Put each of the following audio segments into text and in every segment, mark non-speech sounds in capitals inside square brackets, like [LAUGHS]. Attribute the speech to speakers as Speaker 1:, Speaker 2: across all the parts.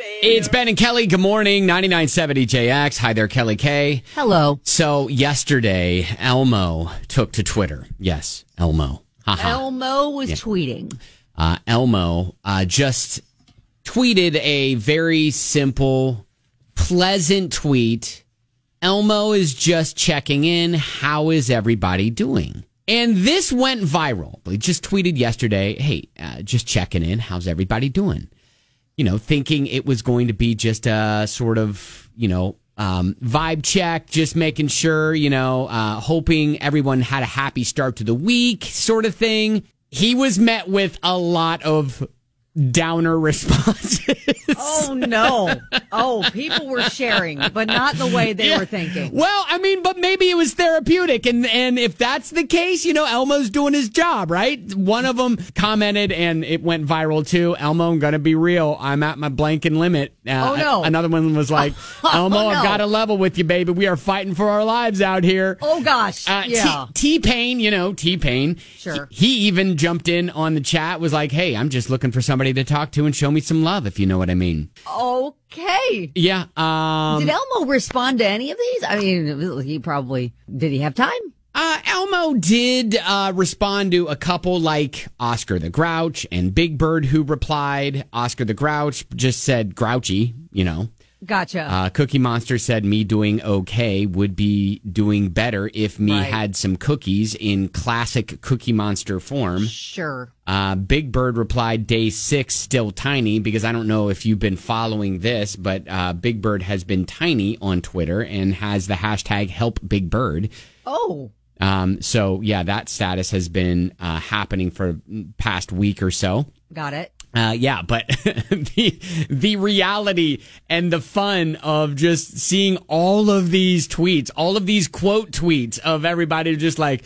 Speaker 1: It's Ben and Kelly. Good morning, 99.70 JX. Hi there, Kelly K.
Speaker 2: Hello.
Speaker 1: So yesterday, Elmo took to Twitter. Yes, Elmo. Haha.
Speaker 2: Elmo was tweeting.
Speaker 1: Uh, Elmo uh, just tweeted a very simple, pleasant tweet. Elmo is just checking in. How is everybody doing? And this went viral. He just tweeted yesterday, hey, uh, just checking in. How's everybody doing? you know, thinking it was going to be just a sort of, you know, um, vibe check, just making sure, you know, uh, hoping everyone had a happy start to the week sort of thing. He was met with a lot of downer [LAUGHS] responses.
Speaker 2: Oh no. Oh, people were sharing, but not the way they were thinking.
Speaker 1: Well, I mean, but maybe it was therapeutic, and and if that's the case, you know, Elmo's doing his job, right? One of them commented, and it went viral too. Elmo, I'm gonna be real. I'm at my blanking limit. Uh,
Speaker 2: Oh, no.
Speaker 1: Another one was like, Elmo,
Speaker 2: [LAUGHS] Oh,
Speaker 1: I've
Speaker 2: no.
Speaker 1: got to level with you, baby. We are fighting for our lives out here.
Speaker 2: Oh gosh.
Speaker 1: Uh,
Speaker 2: yeah.
Speaker 1: T Pain, you know T Pain.
Speaker 2: Sure.
Speaker 1: He, he even jumped in on the chat, was like, "Hey, I'm just looking for somebody to talk to and show me some love, if you know what I mean."
Speaker 2: okay.
Speaker 1: Yeah. Um,
Speaker 2: Did Elmo respond to any of these? I mean, he probably did he have time?
Speaker 1: Uh, Elmo did uh, respond to a couple like Oscar the Grouch and Big Bird, who replied. Oscar the Grouch just said grouchy, you know.
Speaker 2: Gotcha.
Speaker 1: Uh, Cookie Monster said me doing okay would be doing better if me
Speaker 2: Right.
Speaker 1: had some cookies in classic Cookie Monster form.
Speaker 2: sure.
Speaker 1: Uh, Big Bird replied, Day six, still tiny, because I don't know if you've been following this, but uh, Big Bird has been tiny on Twitter and has the hashtag help Big Bird.
Speaker 2: Oh.
Speaker 1: Um, so yeah, that status has been uh, happening for past week or so.
Speaker 2: Got it.
Speaker 1: Uh, yeah, but [LAUGHS] the the reality and the fun of just seeing all of these tweets, all of these quote tweets of everybody just like,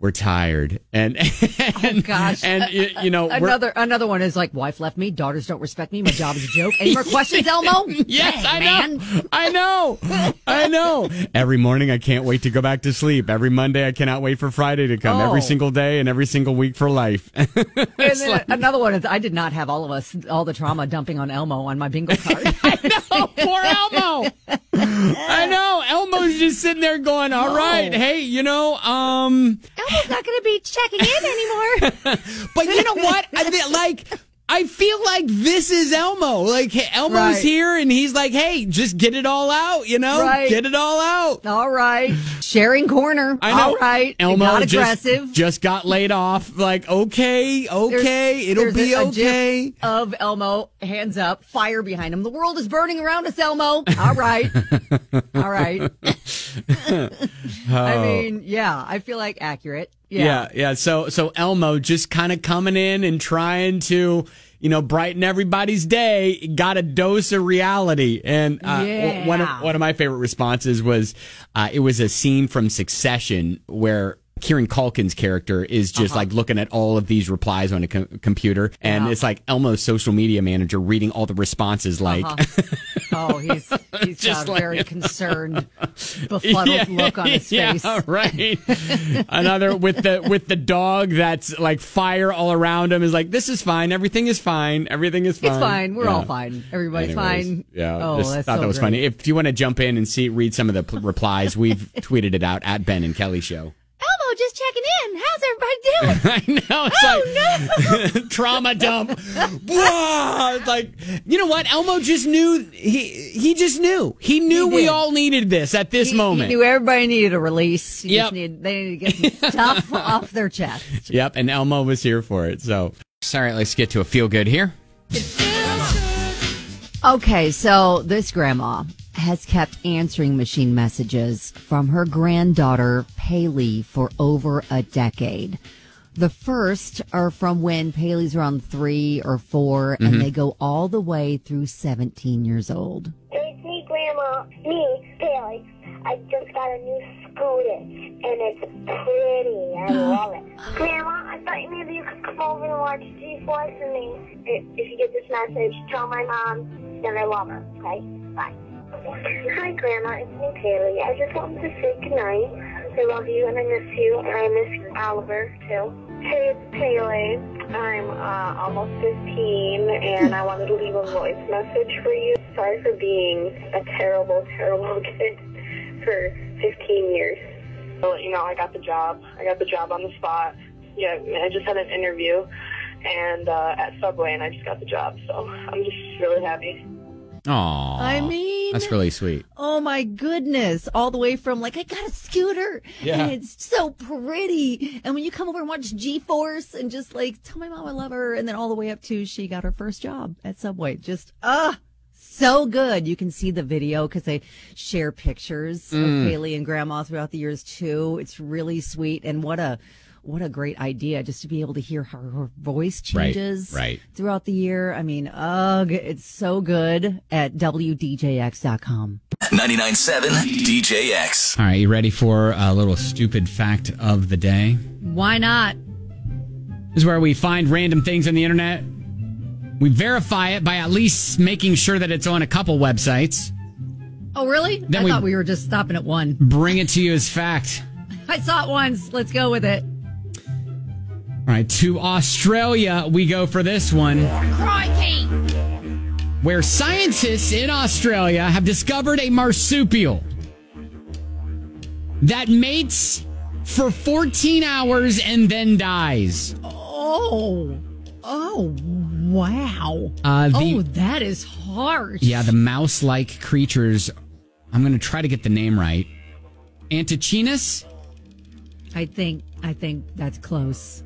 Speaker 1: we're tired and [LAUGHS] and
Speaker 2: Oh, gosh.
Speaker 1: and y- you know we're-
Speaker 2: Another another one is like wife left me, daughters don't respect me, my job is a joke. Any more questions,
Speaker 1: [LAUGHS]
Speaker 2: Elmo?
Speaker 1: Yes,
Speaker 2: Dang,
Speaker 1: I
Speaker 2: man.
Speaker 1: know. I know. I know. Every morning I can't wait to go back to sleep. Every Monday I cannot wait for Friday to come. Every
Speaker 2: Oh.
Speaker 1: single day and every single week for life. [LAUGHS]
Speaker 2: And then another one is I did not have all of us all the trauma dumping on Elmo on my bingo
Speaker 1: [LAUGHS]
Speaker 2: card.
Speaker 1: Oh, poor Elmo. I know. Elmo's just sitting there going, "All right, hey, you know, um,
Speaker 2: Elmo's not going to be checking in anymore.
Speaker 1: but you know what? I thi- like, I feel like this is Elmo. Like, hey, Elmo's
Speaker 2: Right.
Speaker 1: here and he's like, hey, just get it all out, you know?
Speaker 2: Right.
Speaker 1: Get it all out.
Speaker 2: [LAUGHS] All right. Sharing corner.
Speaker 1: I know.
Speaker 2: All right. It
Speaker 1: Elmo
Speaker 2: got
Speaker 1: just,
Speaker 2: aggressive.
Speaker 1: just got laid off. Like, okay,
Speaker 2: There's-
Speaker 1: okay, it'll
Speaker 2: there's
Speaker 1: be
Speaker 2: a- a gif
Speaker 1: okay.
Speaker 2: of Elmo, hands up, fire behind him. The world is burning around us, Elmo. All
Speaker 1: [LAUGHS]
Speaker 2: right. All right. I mean, yeah, I feel like accurate. Yeah.
Speaker 1: Oh. Yeah, yeah. So so Elmo just kind of coming in and trying to, you know, brighten everybody's day. Got a dose of reality. And uh,
Speaker 2: Yeah.
Speaker 1: one of one of my favorite responses was, uh, it was a scene from Succession where. Kieran Culkin's character is just
Speaker 2: Uh-huh.
Speaker 1: like looking at all of these replies on a com- computer, and it's like Elmo's social media manager reading all the responses. Like,
Speaker 2: Uh-huh.
Speaker 1: [LAUGHS]
Speaker 2: Oh, he's he's
Speaker 1: Just
Speaker 2: got a
Speaker 1: like-
Speaker 2: very
Speaker 1: [LAUGHS]
Speaker 2: concerned, befuddled look on his face.
Speaker 1: Yeah, [LAUGHS]
Speaker 2: [LAUGHS]
Speaker 1: right. Another with the with the dog that's like fire all around him is like, this is fine. Everything is fine. Everything is fine.
Speaker 2: It's fine. We're all
Speaker 1: Yeah.
Speaker 2: fine. Everybody's
Speaker 1: Anyways,
Speaker 2: fine.
Speaker 1: Yeah.
Speaker 2: Oh,
Speaker 1: just
Speaker 2: that's
Speaker 1: thought
Speaker 2: so
Speaker 1: that was
Speaker 2: great.
Speaker 1: funny. If you want to jump in and see read some of the pl-
Speaker 2: [LAUGHS]
Speaker 1: replies, we've tweeted it out at Ben and Kelly Show. [LAUGHS]
Speaker 2: Elmo just checking in. How's everybody doing?
Speaker 1: I know. It's
Speaker 2: Oh,
Speaker 1: like [LAUGHS] trauma dump. Whoa, it's like you know what? Elmo just knew he he just knew. He knew we
Speaker 2: did.
Speaker 1: all needed this at [LAUGHS] this
Speaker 2: He-
Speaker 1: moment.
Speaker 2: He knew everybody needed a release. You
Speaker 1: Yep.
Speaker 2: just needed, they needed to
Speaker 1: [LAUGHS]
Speaker 2: get some stuff off their chest.
Speaker 1: Yep, and Elmo was here for it. So, sorry, let's get to a feel good here.
Speaker 2: Okay, so this grandma has kept answering machine messages from her granddaughter, Paley, for over a decade. The first are from when Paley's around three or 4
Speaker 1: Mm-hmm.
Speaker 2: and they go all the way through 17 years old.
Speaker 3: It's me, Grandma. Me, Bailey. I just got a new scooter, and it's pretty. I love it. Grandma, I thought maybe you could come over and watch G-Force with me. If if you get this message, tell my mom that I love her, okay? Bye. Hi, Grandma. It's me, Bailey. I just wanted to say goodnight. I love you, and I miss you, and I miss Oliver, too. Hey, it's Paley. I'm uh, almost 15, and I wanted to leave a voice message for you. Sorry for being a terrible, terrible [LAUGHS] kid for 15 years. Well, you know, I got the job. I got the job on the spot. Yeah, I just had an interview, and uh, at Subway, and I just got the job. So I'm just really happy.
Speaker 1: Aw.
Speaker 2: I mean,
Speaker 1: that's really sweet.
Speaker 2: Oh my goodness. All the way from like, I got a scooter
Speaker 1: Yeah.
Speaker 2: and it's so pretty. And when you come over and watch G Force and just like tell my mom I love her. And then all the way up to she got her first job at Subway. Just, ah, so good. You can see the video because they share pictures
Speaker 1: Mm.
Speaker 2: of Haley and grandma throughout the years too. It's really sweet. And what a, what a great idea just to be able to hear how her voice
Speaker 1: Right,
Speaker 2: changes
Speaker 1: right.
Speaker 2: throughout the year. I mean, ugh, it's so good at WDJX.com.
Speaker 4: 99.7 DJX.
Speaker 1: All right, you ready for a little stupid fact of the day?
Speaker 2: Why not?
Speaker 1: This is where we find random things on the internet. We verify it by at least making sure that it's on a couple websites.
Speaker 2: Oh, really? I
Speaker 1: we-
Speaker 2: thought we were just stopping at one.
Speaker 1: Bring it to you as fact.
Speaker 2: I saw it once. Let's go with it.
Speaker 1: All right, to Australia we go for this one. Where scientists in Australia have discovered a marsupial that mates for 14 hours and then dies.
Speaker 2: Oh, oh, wow.
Speaker 1: Uh, the-
Speaker 2: oh, that is harsh.
Speaker 1: Yeah, the mouse like creatures. I'm going to try to get the name right. Antechinus?
Speaker 2: I think I think that's close.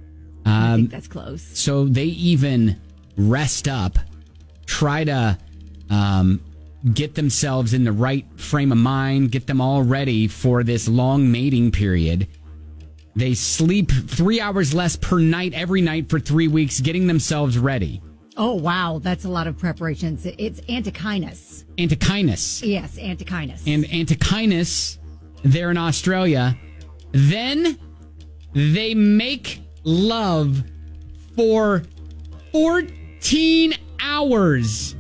Speaker 2: I
Speaker 1: Um,
Speaker 2: think that's close.
Speaker 1: so they even rest up, try to um, get themselves in the right frame of mind, get them all ready for this long mating period. They sleep three hours less per night every night for three weeks, getting themselves ready.
Speaker 2: Oh, wow. That's a lot of preparations. It's Antichinus.
Speaker 1: Antechinus.
Speaker 2: Yes, Antichinus.
Speaker 1: and Antichinus there in Australia. Then they make love for 14 hours.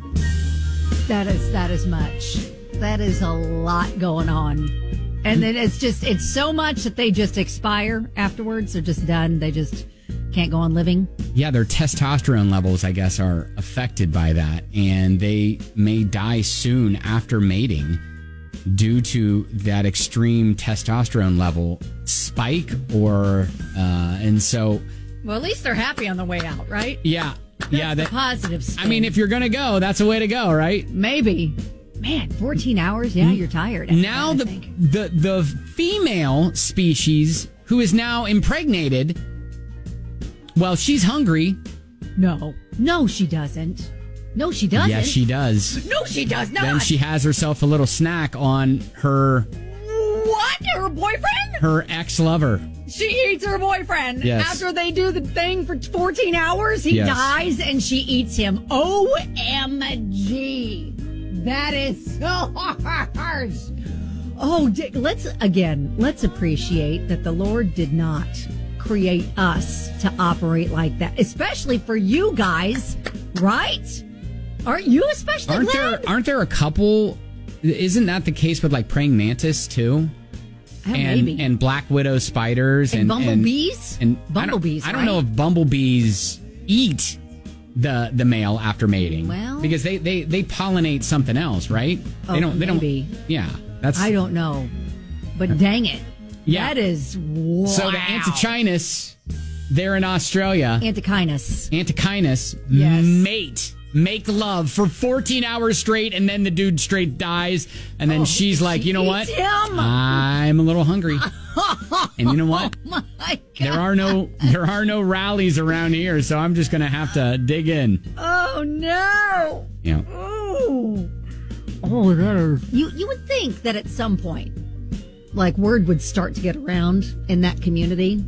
Speaker 2: That is that is much. That is a lot going on. And then it's just it's so much that they just expire afterwards. They're just done. They just can't go on living.
Speaker 1: Yeah, their testosterone levels, I guess, are affected by that, and they may die soon after mating due to that extreme testosterone level spike or uh and so
Speaker 2: Well, at least they're happy on the way out, right?
Speaker 1: yeah yeah
Speaker 2: the
Speaker 1: that,
Speaker 2: positive.
Speaker 1: i mean if you're gonna go that's a way to go right
Speaker 2: maybe, man, fourteen hours. Yeah, you're tired. after
Speaker 1: Hmm. now
Speaker 2: that, I
Speaker 1: the
Speaker 2: think.
Speaker 1: the the female species who is now impregnated well she's hungry
Speaker 2: no, no, she doesn't. No, she doesn't.
Speaker 1: yes she does
Speaker 2: no, she does not.
Speaker 1: then she has herself a little snack on her
Speaker 2: what? Her boyfriend?
Speaker 1: her ex-lover
Speaker 2: She eats her boyfriend.
Speaker 1: Yes.
Speaker 2: After they do the thing for 14 hours, he
Speaker 1: Yes.
Speaker 2: dies and she eats him. OMG. That is so [LAUGHS] hard. Oh, di- let's again, let's appreciate that the Lord did not create us to operate like that, especially for you guys, right? Aren't you especially
Speaker 1: aren't
Speaker 2: glad?
Speaker 1: there aren't there a couple isn't that the case with like praying mantis too
Speaker 2: Oh,
Speaker 1: and
Speaker 2: maybe.
Speaker 1: and black widow spiders and,
Speaker 2: And bumblebees?
Speaker 1: and, I don't-
Speaker 2: Bumblebees,
Speaker 1: I don't,
Speaker 2: right?
Speaker 1: know if bumblebees eat the the male after mating
Speaker 2: Well-
Speaker 1: because they they they pollinate something else right
Speaker 2: Oh,
Speaker 1: they don't they
Speaker 2: maybe.
Speaker 1: don't yeah that's
Speaker 2: I don't know.
Speaker 1: Uh,
Speaker 2: But dang it.
Speaker 1: Yeah.
Speaker 2: That is wow.
Speaker 1: so the antichinus there in australia
Speaker 2: Antichinus.
Speaker 1: antichinus
Speaker 2: Yes.
Speaker 1: mate make love for 14 hours straight and then the dude straight dies and
Speaker 2: Oh,
Speaker 1: then she's like you know what
Speaker 2: eats him.
Speaker 1: i'm a little
Speaker 2: [LAUGHS]
Speaker 1: hungry and you know what
Speaker 2: Oh My
Speaker 1: there
Speaker 2: God.
Speaker 1: are no there are no rallies around here so i'm just gonna have to dig in
Speaker 2: Oh no.
Speaker 1: you know
Speaker 2: Ooh. Oh, that is. You you would think that at some point, like word would start to get around in that community.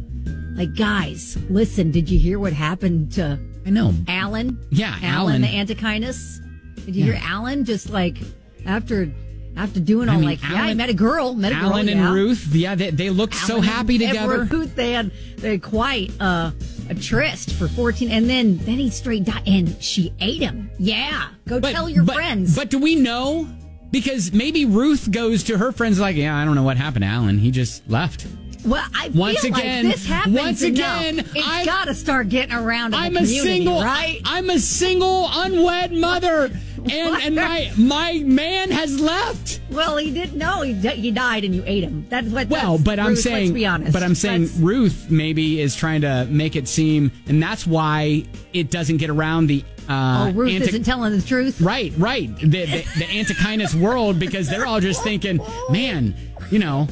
Speaker 2: Like, guys, listen, did you hear what happened to
Speaker 1: i know
Speaker 2: Alan?
Speaker 1: Yeah,
Speaker 2: Alan,
Speaker 1: Alan.
Speaker 2: the Antichinus. Did you hear Alan just like after after doing all
Speaker 1: mean,
Speaker 2: like yeah, I
Speaker 1: Alan-
Speaker 2: met a girl, met a girl.
Speaker 1: Alan and
Speaker 2: yeah.
Speaker 1: Ruth, yeah, they, they looked so
Speaker 2: Alan
Speaker 1: happy
Speaker 2: and
Speaker 1: together.
Speaker 2: Ruth, they had they had quite uh, a tryst for fourteen, and then then he straight died, and she ate him. Yeah, go tell your
Speaker 1: but,
Speaker 2: friends.
Speaker 1: But do we know? Because maybe Ruth goes to her friends like, yeah, I don't know what happened to Alan. He just left.
Speaker 2: Well, I
Speaker 1: Once
Speaker 2: feel
Speaker 1: again-
Speaker 2: like this happens
Speaker 1: once
Speaker 2: enough.
Speaker 1: again, I-
Speaker 2: It's got to start getting around. in
Speaker 1: I'm
Speaker 2: the
Speaker 1: a
Speaker 2: community,
Speaker 1: single.
Speaker 2: right?
Speaker 1: I'm a single unwed mother, and and my my man has left.
Speaker 2: Well, he didn't know he, di- he died and you ate him. That's what.
Speaker 1: Well,
Speaker 2: that's-
Speaker 1: but I'm
Speaker 2: Ruth,
Speaker 1: saying,
Speaker 2: Let's be honest.
Speaker 1: but I'm saying
Speaker 2: That's-
Speaker 1: Ruth maybe is trying to make it seem, and that's why it doesn't get around the. Uh,
Speaker 2: oh, Ruth
Speaker 1: anti-
Speaker 2: isn't telling the truth.
Speaker 1: Right, right. The the, the anti-kindness world because they're all just thinking, man, you know,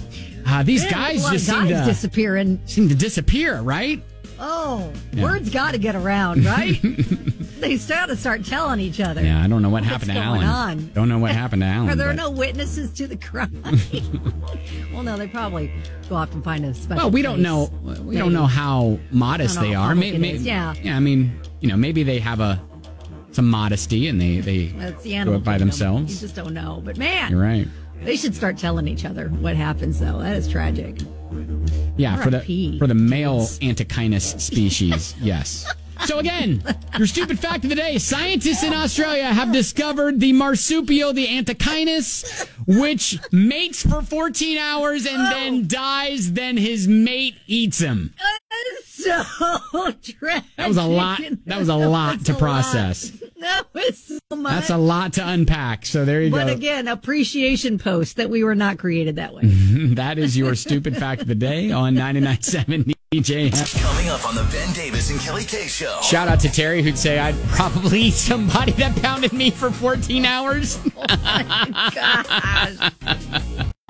Speaker 1: uh, these
Speaker 2: Man,
Speaker 1: guys
Speaker 2: a lot
Speaker 1: just
Speaker 2: of
Speaker 1: seem
Speaker 2: guys
Speaker 1: to [LAUGHS]
Speaker 2: disappearing.
Speaker 1: seem to disappear, right?
Speaker 2: Oh,
Speaker 1: Yeah.
Speaker 2: words got to get around,
Speaker 1: [LAUGHS]
Speaker 2: right? they got to start telling each other.
Speaker 1: Yeah, I don't know what
Speaker 2: What's
Speaker 1: happened to
Speaker 2: going
Speaker 1: Alan.
Speaker 2: on?
Speaker 1: Don't know what happened to Alan.
Speaker 2: [LAUGHS] Are there
Speaker 1: Oh, but-
Speaker 2: no witnesses to the
Speaker 1: [LAUGHS]
Speaker 2: crime? well, no, they probably go off and find a special.
Speaker 1: Well, we don't
Speaker 2: place.
Speaker 1: know. We don't
Speaker 2: They-
Speaker 1: know how modest
Speaker 2: Don't know
Speaker 1: they
Speaker 2: how
Speaker 1: are.
Speaker 2: public
Speaker 1: May-
Speaker 2: it
Speaker 1: may-
Speaker 2: is, yeah.
Speaker 1: I mean, you know, maybe they have a some modesty and they they
Speaker 2: That's the
Speaker 1: do
Speaker 2: animal
Speaker 1: it by
Speaker 2: kingdom. You
Speaker 1: themselves.
Speaker 2: just don't know. But man,
Speaker 1: You're right.
Speaker 2: they should start telling each other what happens, though. That is tragic.
Speaker 1: Yeah, for the
Speaker 2: R.I.P.,
Speaker 1: for the male
Speaker 2: kids.
Speaker 1: antikinus
Speaker 2: [LAUGHS]
Speaker 1: species. yes. So again, your stupid fact of the day: scientists in Australia have discovered the marsupial, the antikinus, which mates for 14 hours and
Speaker 2: Oh.
Speaker 1: then dies. Then his mate eats him.
Speaker 2: That is so tragic.
Speaker 1: That was a lot.
Speaker 2: [LAUGHS]
Speaker 1: That was a lot
Speaker 2: That's
Speaker 1: to
Speaker 2: a
Speaker 1: process.
Speaker 2: [LAUGHS] That was so much.
Speaker 1: That's a lot to unpack. So there you
Speaker 2: but
Speaker 1: go.
Speaker 2: again, appreciation post that we were not created that way.
Speaker 1: that is your stupid fact of the day on 99.7 DJ.
Speaker 4: Coming up on the Ben Davis and Kelly K Show.
Speaker 1: Shout out to Terry who'd say I'd probably eat somebody that pounded me for
Speaker 2: [LAUGHS]
Speaker 1: 14 hours.
Speaker 2: Oh Gosh.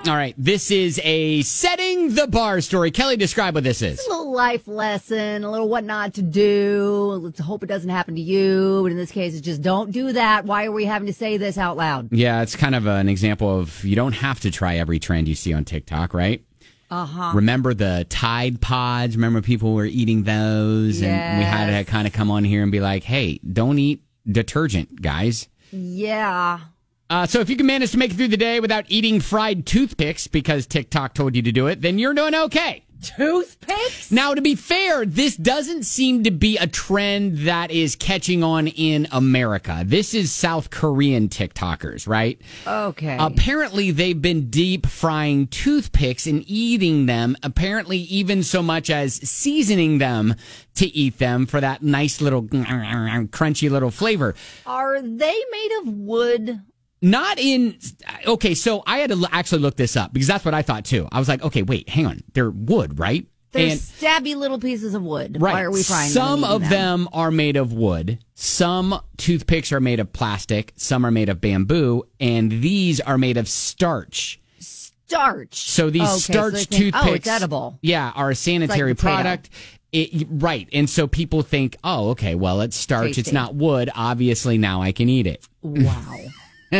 Speaker 1: All right, this is a setting the bar story. Kelly, describe what this is.
Speaker 2: A little life lesson, a little what not to do. Let's hope it doesn't happen to you. But in this case, it's just don't do that. Why are we having to say this out loud?
Speaker 1: Yeah, it's kind of an example of you don't have to try every trend you see on TikTok, right?
Speaker 2: Uh huh.
Speaker 1: Remember the Tide Pods? Remember people were eating those? And we had to
Speaker 2: Yes.
Speaker 1: kind of come on here and be like, hey, don't eat detergent, guys.
Speaker 2: Yeah.
Speaker 1: Uh, so if you can manage to make it through the day without eating fried toothpicks because TikTok told you to do it, then you're doing okay.
Speaker 2: Toothpicks?
Speaker 1: Now, to be fair, this doesn't seem to be a trend that is catching on in America. This is South Korean TikTokers, right?
Speaker 2: Okay.
Speaker 1: Apparently, they've been deep frying toothpicks and eating them, apparently, even so much as seasoning them to eat them for that nice little crunchy little flavor.
Speaker 2: Are they made of wood?
Speaker 1: not in okay so i had to l- actually look this up because that's what i thought too i was like okay wait hang on they're wood right
Speaker 2: They're stabby little pieces of wood.
Speaker 1: right
Speaker 2: Why are we frying them?
Speaker 1: some
Speaker 2: and eating
Speaker 1: of them are made of wood some toothpicks are made of plastic some are made of bamboo and these are made of starch
Speaker 2: Starch.
Speaker 1: so these
Speaker 2: Okay, so
Speaker 1: starch
Speaker 2: they think,
Speaker 1: toothpicks
Speaker 2: Oh, it's edible.
Speaker 1: yeah are a sanitary
Speaker 2: potato.
Speaker 1: product it, right and so people think oh okay well it's starch it's
Speaker 2: Tasty.
Speaker 1: not wood obviously now i can eat it
Speaker 2: Wow.
Speaker 1: [LAUGHS]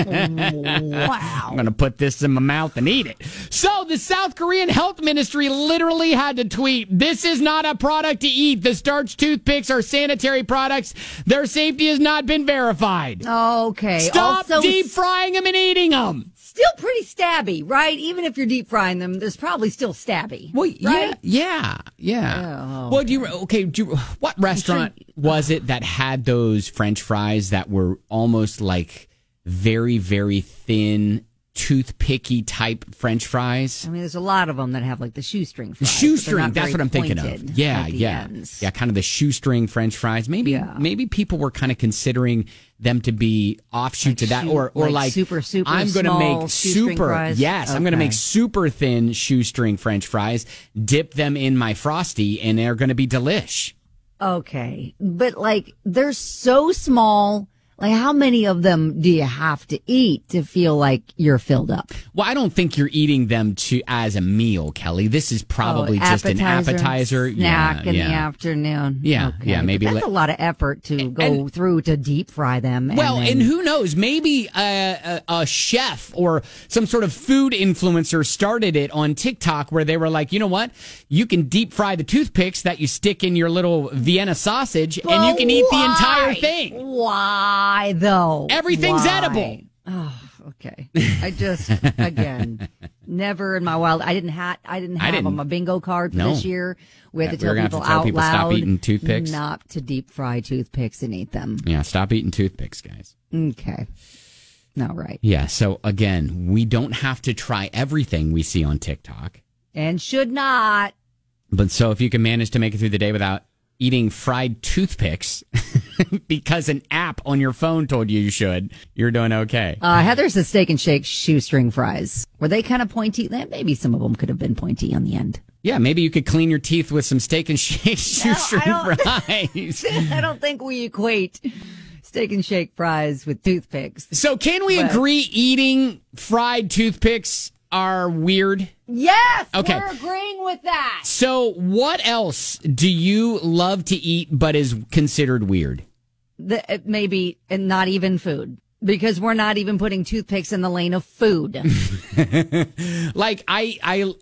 Speaker 2: wow.
Speaker 1: I'm going to put this in my mouth and eat it. So the South Korean health ministry literally had to tweet, this is not a product to eat. The starch toothpicks are sanitary products. Their safety has not been verified.
Speaker 2: Okay.
Speaker 1: Stop
Speaker 2: also,
Speaker 1: deep frying them and eating them.
Speaker 2: still pretty stabby, right? Even if you're deep frying them, there's probably still stabby.
Speaker 1: Well,
Speaker 2: right?
Speaker 1: yeah, yeah.
Speaker 2: Oh,
Speaker 1: well, do you okay? Do you, what restaurant was it that had those French fries that were almost like very, very thin, toothpicky type French fries?
Speaker 2: I mean, there's a lot of them that have like the shoestring. Fries, but they're
Speaker 1: shoestring
Speaker 2: not
Speaker 1: that's
Speaker 2: very
Speaker 1: what i'm thinking
Speaker 2: pointed
Speaker 1: of yeah
Speaker 2: at the
Speaker 1: yeah
Speaker 2: ends.
Speaker 1: yeah kind of the shoestring french fries maybe
Speaker 2: Yeah.
Speaker 1: maybe people were kind of considering them to be offshoot to that
Speaker 2: shoe-
Speaker 1: or or like,
Speaker 2: like super, super
Speaker 1: i'm gonna
Speaker 2: small
Speaker 1: make
Speaker 2: shoestring
Speaker 1: super
Speaker 2: fries?
Speaker 1: yes i'm gonna
Speaker 2: Okay.
Speaker 1: make super thin shoestring french fries dip them in my frosty and they're gonna be delish
Speaker 2: Okay. But like, they're so small. Like, how many of them do you have to eat to feel like you're filled up?
Speaker 1: well, I don't think you're eating them to as a meal, Kelly. This is probably
Speaker 2: Oh,
Speaker 1: just an appetizer.
Speaker 2: snack
Speaker 1: yeah,
Speaker 2: in
Speaker 1: yeah.
Speaker 2: the afternoon.
Speaker 1: Yeah, yeah,
Speaker 2: but
Speaker 1: maybe
Speaker 2: that's
Speaker 1: let-
Speaker 2: a lot of effort to go
Speaker 1: and-
Speaker 2: through to deep fry them. And
Speaker 1: Well,
Speaker 2: then,
Speaker 1: and who knows? Maybe uh, a, a, a chef or some sort of food influencer started it on TikTok where they were like, you know what? You can deep fry the toothpicks that you stick in your little Vienna sausage and you
Speaker 2: But
Speaker 1: can eat the
Speaker 2: why?
Speaker 1: entire thing.
Speaker 2: Why though?
Speaker 1: Everything's
Speaker 2: Why?
Speaker 1: edible.
Speaker 2: Oh, okay. I just again, never in my wild. I didn't have. I didn't
Speaker 1: I
Speaker 2: have
Speaker 1: didn't.
Speaker 2: on my bingo card for
Speaker 1: No.
Speaker 2: this year. We had
Speaker 1: Yeah,
Speaker 2: to
Speaker 1: we
Speaker 2: tell
Speaker 1: were gonna have to
Speaker 2: people
Speaker 1: tell
Speaker 2: out
Speaker 1: people
Speaker 2: loud
Speaker 1: stop eating toothpicks.
Speaker 2: not to deep fry toothpicks and eat them.
Speaker 1: Yeah, stop eating toothpicks, guys.
Speaker 2: Okay, all right.
Speaker 1: Yeah, so again, we don't have to try everything we see on TikTok.
Speaker 2: and should not.
Speaker 1: But so if you can manage to make it through the day without eating fried toothpicks [LAUGHS] because an app on your phone told you you should, you're doing okay.
Speaker 2: Uh, Heather says steak and shake shoestring fries. Were they kind of pointy? Eh, Maybe some of them could have been pointy on the end. [LAUGHS]
Speaker 1: yeah, maybe you could clean your teeth with some steak and shake shoestring
Speaker 2: don't- [LAUGHS]
Speaker 1: fries.
Speaker 2: I don't think we equate steak and shake fries with toothpicks.
Speaker 1: so can we agree eating fried toothpicks are weird?
Speaker 2: Yes,
Speaker 1: Okay.
Speaker 2: we're agreeing with that.
Speaker 1: So what else do you love to eat but is considered weird?
Speaker 2: The, uh, maybe and not even food because we're not even putting toothpicks in the lane of food.
Speaker 1: [LAUGHS]
Speaker 2: It's
Speaker 1: Like I I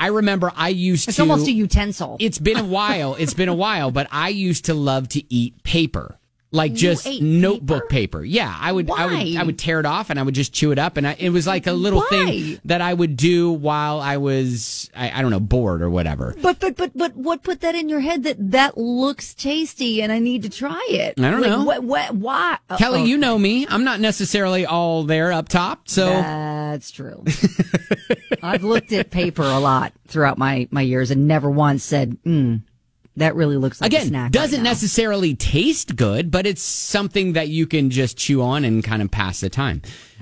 Speaker 1: I remember I used to
Speaker 2: almost a utensil.
Speaker 1: it's been a while. It's been a while, but I used to love to eat paper. Like just
Speaker 2: ate
Speaker 1: notebook paper? Yeah, I would I would
Speaker 2: Why?
Speaker 1: I would tear it off and I would just chew it up and I, it was like a little
Speaker 2: Why?
Speaker 1: thing that I would do while I was I, I don't know bored or whatever.
Speaker 2: but but but but what put that in your head that that looks tasty and I need to try it?
Speaker 1: I don't
Speaker 2: Like,
Speaker 1: know.
Speaker 2: What what why? Uh,
Speaker 1: Kelly,
Speaker 2: oh,
Speaker 1: you know me. I'm not necessarily all there up top. So
Speaker 2: That's true. I've looked at paper a lot throughout my my years and never once said, mm, "That really looks like a
Speaker 1: again,
Speaker 2: snack."
Speaker 1: doesn't
Speaker 2: right now."
Speaker 1: necessarily taste good, but it's something that you can just chew on and kind of pass the time.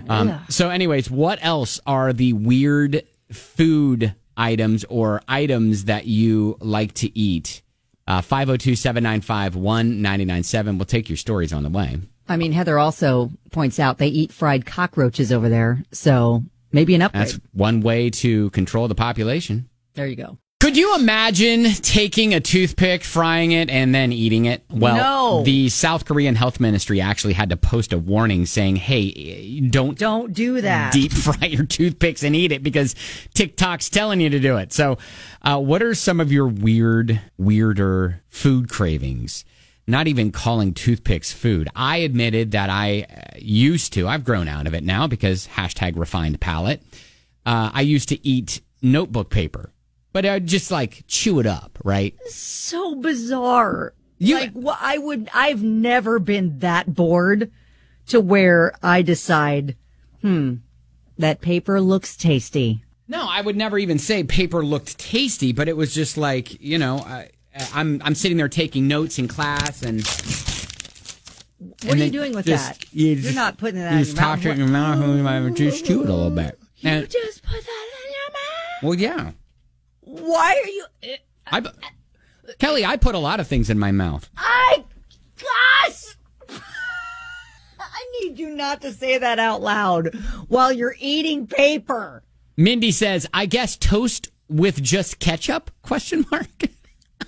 Speaker 1: Um, So, anyways, what else are the weird food items or items that you like to eat? Uh, 502 795 1997. We'll take your stories on the way.
Speaker 2: I mean, Heather also points out they eat fried cockroaches over there, so maybe an upgrade.
Speaker 1: That's one way to control the population.
Speaker 2: there you go.
Speaker 1: Could you imagine taking a toothpick, frying it, and then eating it? Well,
Speaker 2: No.
Speaker 1: the South Korean health ministry actually had to post a warning saying, hey, don't,
Speaker 2: Don't do that.
Speaker 1: deep [LAUGHS] fry your toothpicks and eat it because TikTok's telling you to do it. So, uh, what are some of your weird, weirder food cravings? Not even calling toothpicks food. I admitted that I uh, used to. I've grown out of it now because hashtag refined palate. Uh, I used to eat notebook paper, but I'd just like chew it up, right?
Speaker 2: so bizarre.
Speaker 1: You-
Speaker 2: like, wh- I would, I've never been that bored to where I decide, hmm, that paper looks tasty.
Speaker 1: No, I would never even say paper looked tasty, but it was just like you know, I, I'm I'm sitting there taking notes in class and.
Speaker 2: What are you doing with that?
Speaker 1: You
Speaker 2: are not putting that
Speaker 1: you
Speaker 2: in
Speaker 1: just
Speaker 2: your
Speaker 1: talk
Speaker 2: mouth.
Speaker 1: it in your mouth and you might just chew it a little bit.
Speaker 2: You
Speaker 1: And-
Speaker 2: just put that
Speaker 1: well, yeah.
Speaker 2: in your mouth. Why are you? eh,
Speaker 1: I, bu- Kelly, I put a lot of things in my mouth.
Speaker 2: I, gosh. [LAUGHS] I need you not to say that out loud while you're eating paper.
Speaker 1: Mindy says, "I guess toast with just ketchup?" Question mark. [LAUGHS]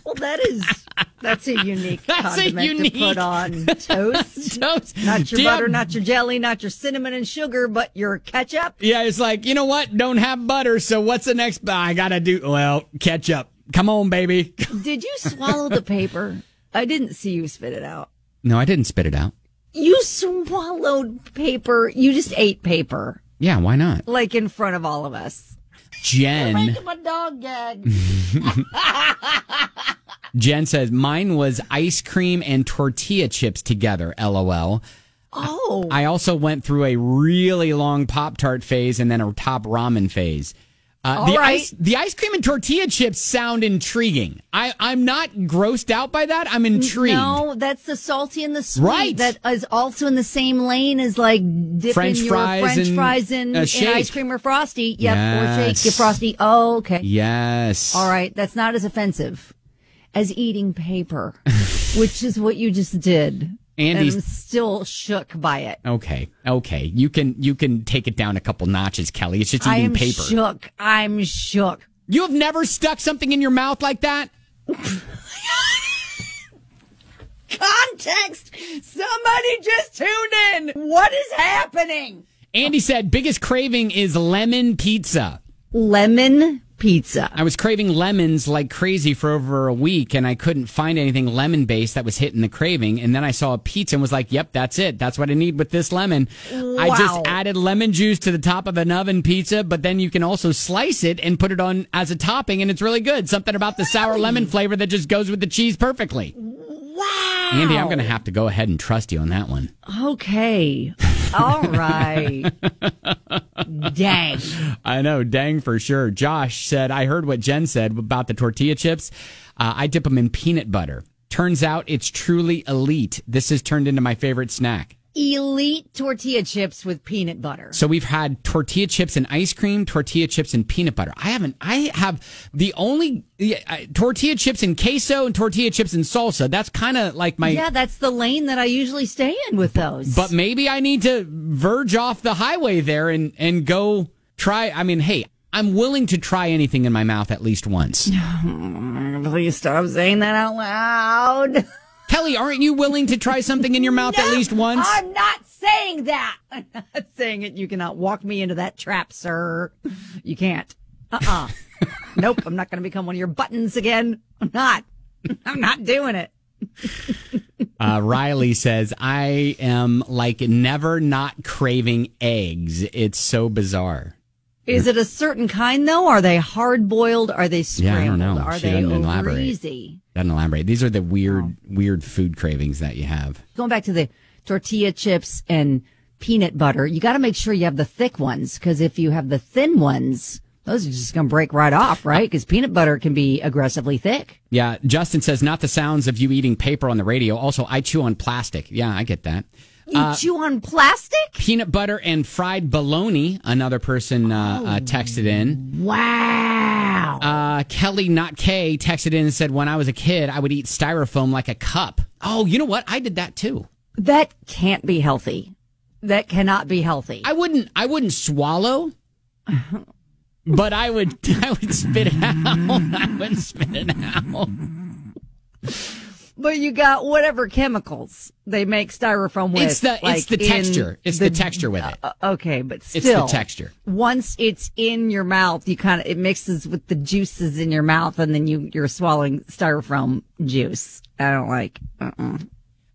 Speaker 2: Well, that is that's a unique
Speaker 1: That's a
Speaker 2: condiment
Speaker 1: unique-
Speaker 2: to put
Speaker 1: [LAUGHS]
Speaker 2: on toast.
Speaker 1: toast,
Speaker 2: Not your
Speaker 1: Do you
Speaker 2: butter,
Speaker 1: have-
Speaker 2: not your jelly, not your cinnamon and sugar, but your ketchup.
Speaker 1: Yeah, it's like you know what? Don't have butter, so what's the next? I gotta do well ketchup. Come on, baby. [LAUGHS]
Speaker 2: Did you swallow the paper? [LAUGHS] I didn't see you spit it out.
Speaker 1: No, I didn't spit it out.
Speaker 2: You swallowed paper. You just ate paper,
Speaker 1: Yeah, why not?
Speaker 2: like in front of all of us.
Speaker 1: Jen.
Speaker 2: My dog gag.
Speaker 1: Jen says mine was ice cream and tortilla chips together. LOL.
Speaker 2: [LAUGHS] Oh,
Speaker 1: I also went through a really long Pop Tart phase and then a top ramen phase. Uh,
Speaker 2: All
Speaker 1: the,
Speaker 2: right.
Speaker 1: ice, the ice cream and tortilla chips sound intriguing. I, I'm not grossed out by that. I'm intrigued.
Speaker 2: no, that's the salty and the sweet.
Speaker 1: Right.
Speaker 2: That is also in the same lane as like dipping
Speaker 1: French
Speaker 2: your
Speaker 1: fries
Speaker 2: French
Speaker 1: and,
Speaker 2: fries in,
Speaker 1: uh,
Speaker 2: in
Speaker 1: shake.
Speaker 2: ice cream or frosty. Yep. Or
Speaker 1: Yes.
Speaker 2: shake your frosty. Oh, okay.
Speaker 1: Yes.
Speaker 2: All right, that's not as offensive as eating paper, [LAUGHS] which is what you just did.
Speaker 1: Andy-
Speaker 2: and I'm still shook by it.
Speaker 1: Okay. Okay. You can you can take it down a couple notches, Kelly. It's just
Speaker 2: I
Speaker 1: eating
Speaker 2: am
Speaker 1: paper.
Speaker 2: shook. I'm shook.
Speaker 1: You have never stuck something in your mouth like that.
Speaker 2: Context! Somebody just tuned in! What is happening?
Speaker 1: Andy said biggest craving is lemon pizza.
Speaker 2: Lemon pizza.
Speaker 1: I was craving lemons like crazy for over a week and I couldn't find anything lemon based that was hitting the craving. And then I saw a pizza and was like, yep, that's it. That's what I need with this lemon. I just
Speaker 2: Wow.
Speaker 1: added lemon juice to the top of an oven pizza, but then you can also slice it and put it on as a topping and it's really good. Something about the sour lemon flavor that just goes with the cheese perfectly.
Speaker 2: Wow.
Speaker 1: Andy, I'm going to have to go ahead and trust you on that one. [LAUGHS]
Speaker 2: Okay. All right. dang.
Speaker 1: I know, dang for sure. Josh said, I heard what Jen said about the tortilla chips. Uh, I dip them in peanut butter. Turns out it's truly elite. This has turned into my favorite snack.
Speaker 2: Elite tortilla chips with peanut butter.
Speaker 1: So we've had tortilla chips and ice cream, tortilla chips and peanut butter. I haven't, I have the only yeah, I- tortilla chips and queso and tortilla chips and salsa. That's kind of like my,
Speaker 2: Yeah, that's the lane that I usually stay in with those.
Speaker 1: but maybe I need to verge off the highway there and, and go try. I mean, hey, I'm willing to try anything in my mouth at least once.
Speaker 2: please stop saying that out loud.
Speaker 1: Kelly, aren't you willing to try something in your mouth
Speaker 2: [LAUGHS]
Speaker 1: at least once?
Speaker 2: I'm not saying that. [LAUGHS] I'm not saying it. You cannot walk me into that trap, sir. You can't. Uh
Speaker 1: [LAUGHS]
Speaker 2: uh nope. I'm not going to become one of your buttons again. I'm not. [LAUGHS] I'm not doing it.
Speaker 1: Uh, Riley says, I am like never not craving eggs. It's so bizarre.
Speaker 2: Is it a certain kind though? Are they hard boiled? Are they
Speaker 1: Yeah,
Speaker 2: scrambled?
Speaker 1: I don't know.
Speaker 2: Are
Speaker 1: She
Speaker 2: they
Speaker 1: doesn't
Speaker 2: over
Speaker 1: elaborate.
Speaker 2: easy?
Speaker 1: Doesn't elaborate. These are the weird, weird food cravings that you have.
Speaker 2: Going back to the tortilla chips and peanut butter, you got to make sure you have the thick ones because if you have the thin ones, those are just going to break right off, right? Because peanut butter can be aggressively thick.
Speaker 1: Yeah. Justin says, not the sounds of you eating paper on the radio. Also, I chew on plastic. Yeah, I get that.
Speaker 2: You chew on plastic?
Speaker 1: Peanut butter and fried bologna. Another person uh, uh, texted in.
Speaker 2: Wow.
Speaker 1: Uh, Kelly, not Kay, texted in and said, When I was a kid, I would eat styrofoam like a cup. Oh, you know what? I did that too.
Speaker 2: that can't be healthy. That cannot be healthy.
Speaker 1: I wouldn't, I wouldn't swallow, but I would, [LAUGHS] I would spit it out. [LAUGHS] I would spit it out.
Speaker 2: but you got whatever chemicals they make styrofoam with.
Speaker 1: It's the,
Speaker 2: like
Speaker 1: it's the
Speaker 2: in
Speaker 1: texture. It's the, texture with it.
Speaker 2: Uh, okay, but still,
Speaker 1: the texture.
Speaker 2: Once it's in your mouth, you kind of it mixes with the juices in your mouth, and then you you're swallowing styrofoam juice. I don't like. Uh-uh.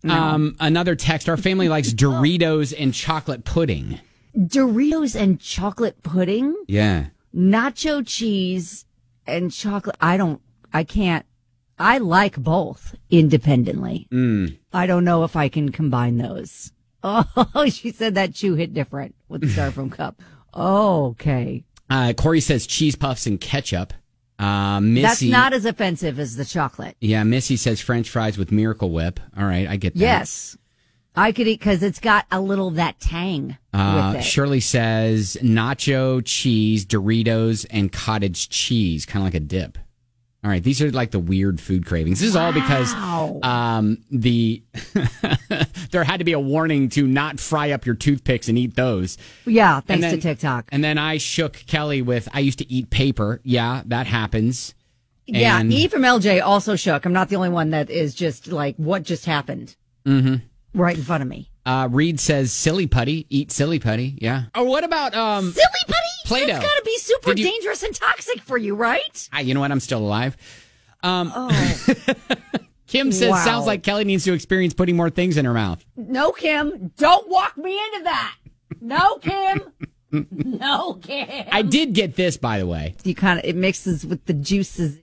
Speaker 1: Um, another text. Our family likes Doritos and chocolate pudding.
Speaker 2: Doritos and chocolate pudding,
Speaker 1: Yeah.
Speaker 2: nacho cheese, and chocolate. I don't. I can't. I like both independently. I don't know if I can combine those. [LAUGHS] Oh, she said that chew hit different with the styrofoam [LAUGHS] cup. Okay.
Speaker 1: Uh, Corey says cheese puffs and ketchup. Uh, Missy.
Speaker 2: That's not as offensive as the chocolate.
Speaker 1: yeah, Missy says French fries with Miracle Whip. All right, I get that.
Speaker 2: Yes. I could eat because it's got a little of that tang
Speaker 1: Uh,
Speaker 2: with it.
Speaker 1: Shirley says nacho cheese, Doritos, and cottage cheese, kind of like a dip. All right, these are like the weird food cravings. This is all because um, the [LAUGHS] there had to be a warning to not fry up your toothpicks and eat those.
Speaker 2: Yeah, thanks
Speaker 1: then-
Speaker 2: to TikTok.
Speaker 1: And then I shook Kelly with I used to eat paper. Yeah, that happens.
Speaker 2: yeah,
Speaker 1: and-
Speaker 2: E from LJ also shook. I'm not the only one that is just like, what just happened? Mm-hmm. Right in front of me.
Speaker 1: Uh, Reed says silly putty, eat silly putty. Yeah. Or what about um?
Speaker 2: Silly putty!
Speaker 1: Play-Doh.
Speaker 2: That's got to be super
Speaker 1: Did you-
Speaker 2: dangerous and toxic for you, right?
Speaker 1: Ah, you know what? I'm still alive. Um,
Speaker 2: Oh.
Speaker 1: Kim says,
Speaker 2: Wow.
Speaker 1: sounds like Kelly needs to experience putting more things in her mouth.
Speaker 2: [LAUGHS] No, Kim. Don't walk me into that. No,
Speaker 1: [LAUGHS]
Speaker 2: Kim. no, Kim.
Speaker 1: I did get this, by the way.
Speaker 2: you kind of it mixes with the juices.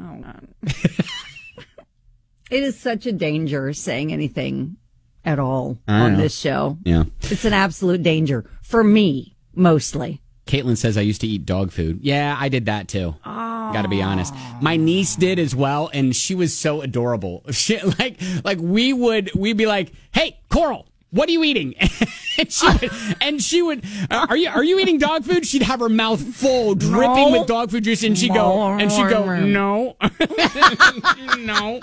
Speaker 2: Oh,
Speaker 5: [LAUGHS]
Speaker 2: God. it is such a danger saying anything at all on this show.
Speaker 1: Yeah.
Speaker 2: It's an absolute danger for me mostly.
Speaker 1: Caitlin says, I used to eat dog food. Yeah, I did that too. Gotta be honest. My niece did as well, and she was so adorable. [LAUGHS] She, like, like we would, we'd be like, Hey, Coral, what are you eating? [LAUGHS] and she would, and she would are you, are you eating dog food? She'd have her mouth full, dripping with dog food juice, and she'd go, and she'd go, no, [LAUGHS] no.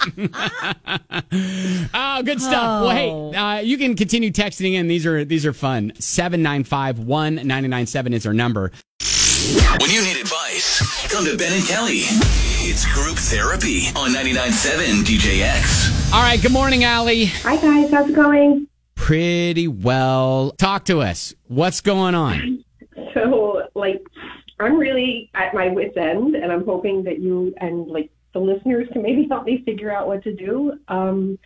Speaker 1: Oh, good stuff.
Speaker 2: Oh.
Speaker 1: Well, hey, uh, you can continue texting in. These are these are fun. Seven nine five one nine nine seven is our number.
Speaker 4: When you need advice, come to Ben and Kelly. It's group therapy on 99.7 DJX.
Speaker 1: All right. Good morning, Allie.
Speaker 5: Hi guys, how's it going?
Speaker 1: Pretty well. Talk to us. What's going on?
Speaker 5: So, like, I'm really at my wits' end, and I'm hoping that you and like the listeners can maybe help me figure out what to do. Um,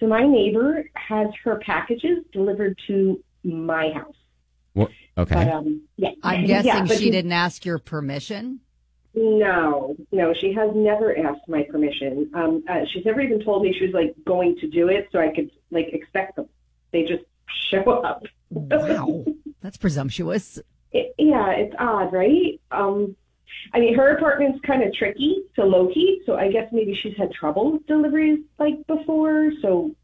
Speaker 5: so, my neighbor has her packages delivered to my house.
Speaker 1: What?
Speaker 5: But
Speaker 1: Okay.
Speaker 5: um, yeah,
Speaker 2: I'm
Speaker 5: Yeah,
Speaker 2: guessing
Speaker 5: but
Speaker 2: she didn't ask your permission.
Speaker 5: No, no, she has never asked my permission. Um, uh, she's never even told me she was like going to do it, so I could like expect them. They just show up.
Speaker 2: [LAUGHS] Wow, that's presumptuous.
Speaker 5: It, yeah, it's odd, right? Um, I mean, her apartment's kind of tricky to locate, so I guess maybe she's had trouble with deliveries like before. So,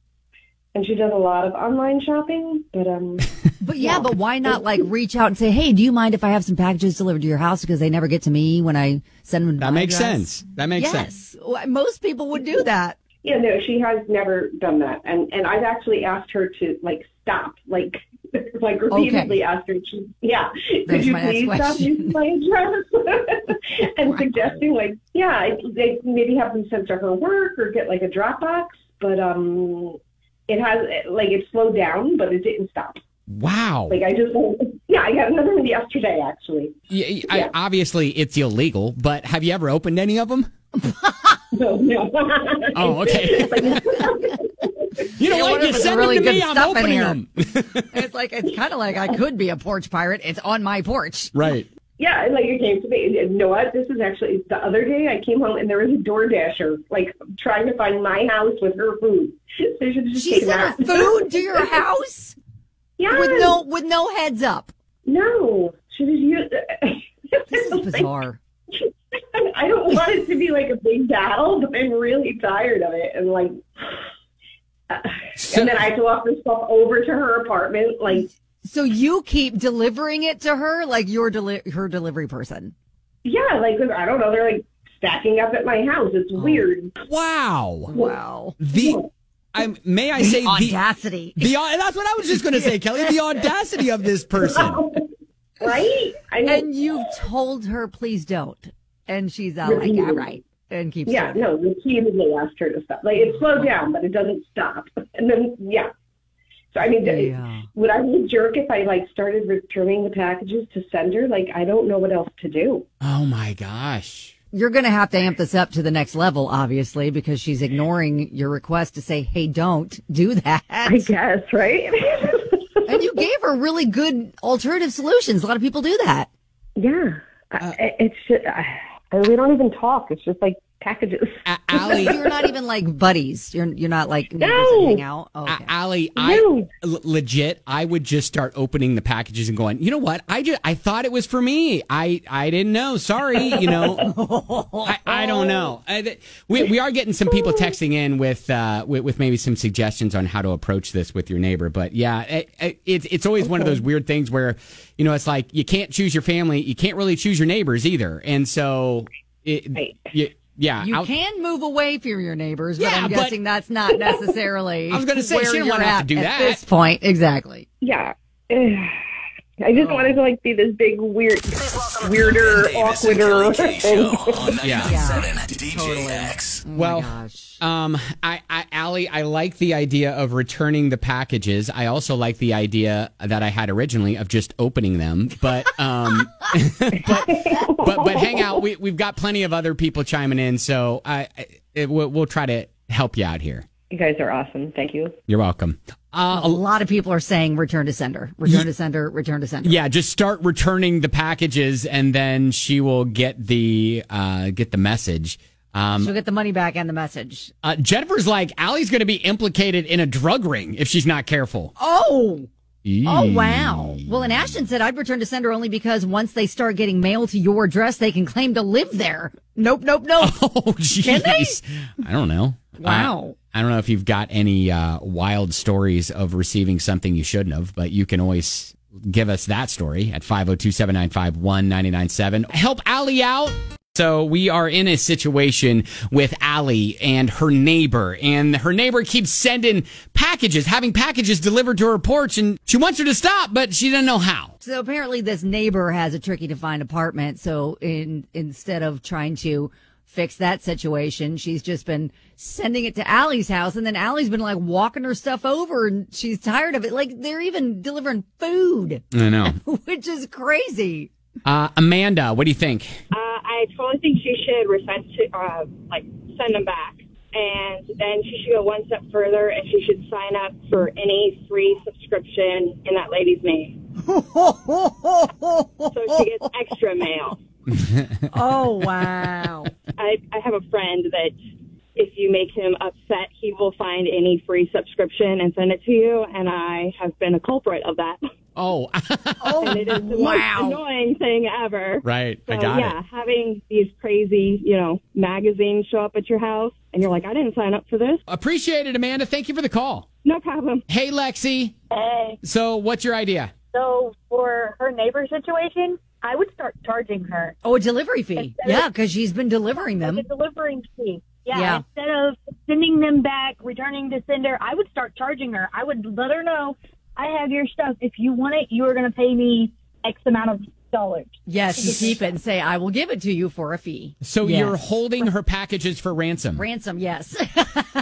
Speaker 5: and she does a lot of online shopping, but um,
Speaker 2: But yeah, but why not like reach out and say, "Hey, do you mind if I have some packages delivered to your house because they never get to me when I send them?" To
Speaker 1: That
Speaker 2: my
Speaker 1: makes
Speaker 2: address?"
Speaker 1: sense. That makes sense.
Speaker 2: Yes, Well, most people would do that.
Speaker 5: yeah, no, she has never done that, and and I've actually asked her to like stop, like [LAUGHS] like repeatedly asked her, to, yeah, could
Speaker 2: There's
Speaker 5: you
Speaker 2: my next
Speaker 5: please stop
Speaker 2: question.
Speaker 5: using my address? [LAUGHS] and suggesting like, yeah, it- they maybe have them sent to her work or get like a Dropbox, but um, it has it- like it slowed down, but it didn't stop.
Speaker 1: Wow.
Speaker 5: Like I just, [LAUGHS] yeah, I got another one yesterday actually.
Speaker 1: Y- y- I- obviously, it's illegal, but have you ever opened any of them?
Speaker 5: So no, [LAUGHS]
Speaker 1: Oh, okay. [LAUGHS] you know
Speaker 2: Yeah,
Speaker 1: what?
Speaker 2: what if
Speaker 1: You
Speaker 2: it's
Speaker 1: send
Speaker 2: really
Speaker 1: them to
Speaker 2: good
Speaker 1: me. I'm
Speaker 2: stuff in
Speaker 1: opening
Speaker 2: here?
Speaker 1: them. [LAUGHS]
Speaker 2: It's like it's kind of like I could be a porch pirate. It's on my porch.
Speaker 1: right.
Speaker 5: yeah, and, like it came to me. And you know what? This is actually the other day I came home and there was a DoorDasher like trying to find my house with her food. [LAUGHS] So she just
Speaker 2: She
Speaker 5: taken
Speaker 2: sent her
Speaker 5: that. [LAUGHS]
Speaker 2: food to your house
Speaker 5: yeah,
Speaker 2: with no with no heads up.
Speaker 5: no, she just [LAUGHS] used.
Speaker 2: This is bizarre.
Speaker 5: I don't want it to be like a big battle, but I'm really tired of it. And like,
Speaker 1: So,
Speaker 5: and then I have to walk this stuff over to her apartment. Like,
Speaker 2: So you keep delivering it to her like you're deli- her delivery person.
Speaker 5: yeah, like I don't know, they're like stacking up at my house. It's
Speaker 2: Oh.
Speaker 5: weird. [LAUGHS]
Speaker 1: wow.
Speaker 2: Wow.
Speaker 1: The I'm, may I say the
Speaker 2: Audacity.
Speaker 1: the au- that's what I was just going to say, Kelly. The audacity of this person.
Speaker 5: right? I mean,
Speaker 2: And you've told her, please don't. And she's all like, all right. And keeps
Speaker 5: yeah,
Speaker 2: doing it.
Speaker 5: no, repeatedly asked her to stop. Like it slowed down, but it doesn't stop. [LAUGHS] And then yeah. So I mean,
Speaker 2: Yeah.
Speaker 5: would I be a jerk if I like started returning the packages to send her? Like I don't know what else to do.
Speaker 1: [LAUGHS] Oh my gosh.
Speaker 2: You're going to have to amp this up to the next level, obviously, because she's ignoring your request to say, hey, don't do that.
Speaker 5: guess right. [LAUGHS]
Speaker 2: and you gave her really good alternative solutions. A lot of people do that.
Speaker 5: yeah, I, it's just I, we don't even talk. It's just like packages.
Speaker 1: A- Allie,
Speaker 2: You're not even like buddies. You're you're not like neighbors that
Speaker 5: No.
Speaker 2: hang out. Oh,
Speaker 1: A-
Speaker 2: okay.
Speaker 1: Allie, I
Speaker 5: No.
Speaker 1: l- legit, I would just start opening the packages and going, you know what? I just I thought it was for me. I I didn't know. Sorry, you know. I, I don't
Speaker 2: [LAUGHS]
Speaker 1: know. I, th- we we are getting some people texting in with uh with, with maybe some suggestions on how to approach this with your neighbor. But yeah, it, it, it's it's always one of those weird things where you know it's like you can't choose your family, you can't really choose your neighbors either, and so it
Speaker 5: Right.
Speaker 1: y- yeah.
Speaker 2: you
Speaker 1: out-
Speaker 2: can move away from your neighbors, but
Speaker 1: Yeah,
Speaker 2: I'm
Speaker 1: but-
Speaker 2: guessing that's
Speaker 1: [LAUGHS]
Speaker 2: not necessarily.
Speaker 1: I was gonna say,
Speaker 2: where
Speaker 1: she didn't
Speaker 2: you're
Speaker 1: wanna have
Speaker 2: at
Speaker 1: to do
Speaker 2: at
Speaker 1: that.
Speaker 2: this point. Exactly.
Speaker 5: Yeah. [SIGHS] I just wanted to like be this big weird, weirder,
Speaker 4: Davis and Kelly
Speaker 5: [LAUGHS]
Speaker 4: K Show
Speaker 5: awkwarder.
Speaker 4: on 99.7
Speaker 1: Yeah.
Speaker 4: DJX.
Speaker 1: well.
Speaker 2: Oh Gosh.
Speaker 1: Um, I, I, Allie, I like the idea of returning the packages. I also like the idea that I had originally of just opening them. But, um, [LAUGHS] but, but, but hang out. We, we've got plenty of other people chiming in. So I, I it, we'll, we'll try to help you out here.
Speaker 5: You guys are awesome. Thank you.
Speaker 1: You're welcome. Uh,
Speaker 2: a lot of people are saying return to sender, return to sender, return to sender.
Speaker 1: Yeah, just start returning the packages and then she will get the, uh, get the message. Um,
Speaker 2: She'll get the money back and the message.
Speaker 1: uh, Jennifer's like, Allie's going to be implicated in a drug ring if she's not careful.
Speaker 2: Oh. Oh wow! Well, and Ashton said I'd return to sender only because once they start getting mail to your address, they can claim to live there. Nope, nope, nope.
Speaker 1: [LAUGHS] Oh,
Speaker 2: they?
Speaker 1: jeez. I don't know.
Speaker 2: Wow.
Speaker 1: I, I don't know if you've got any uh, wild stories of receiving something you shouldn't have, but you can always give us that story at 502 795 1997. Help Allie out. So we are in a situation with Allie and her neighbor, and her neighbor keeps sending packages, having packages delivered to her porch, and she wants her to stop, but she doesn't know how.
Speaker 2: So apparently, this neighbor has a tricky to find apartment. So in instead of trying to fix that situation, she's just been sending it to Allie's house, and then Allie's been like walking her stuff over, and she's tired of it. Like they're even delivering food, [LAUGHS]
Speaker 1: I know.
Speaker 2: which is crazy.
Speaker 1: [LAUGHS] Uh, Amanda, what do you think?
Speaker 6: Uh, I totally think she should resent to, uh, like, send them back. And then she should go one step further and she should sign up for any free subscription in that lady's name. So she gets extra mail.
Speaker 2: Oh wow!
Speaker 6: I, I have a friend that if you make him upset, he will find any free subscription and send it to you. And I have been a culprit of that.
Speaker 1: Oh, [LAUGHS]
Speaker 6: and it is the
Speaker 2: Wow.
Speaker 6: most annoying thing ever.
Speaker 1: right. I
Speaker 6: So,
Speaker 1: got
Speaker 6: yeah,
Speaker 1: it.
Speaker 6: having these crazy, you know, magazines show up at your house, and you're like, I didn't sign up for this.
Speaker 1: Appreciate it, Amanda. Thank you for the call.
Speaker 6: No problem.
Speaker 1: Hey, Lexi.
Speaker 7: Hey,
Speaker 1: So, what's your idea?
Speaker 7: so for her neighbor situation, I would start charging her
Speaker 2: Oh, a delivery fee. Yeah, because she's been delivering them.
Speaker 7: the delivering fee. Yeah,
Speaker 2: Hmm. Yeah.
Speaker 7: instead of sending them back, returning to sender, I would start charging her. I would let her know I have your stuff. If you want it, you are going to pay me X amount of dollars.
Speaker 2: Yes, you keep it and say, I will give it to you for a fee.
Speaker 1: So,
Speaker 2: Yes.
Speaker 1: you're holding her packages for ransom.
Speaker 2: Ransom, yes. [LAUGHS]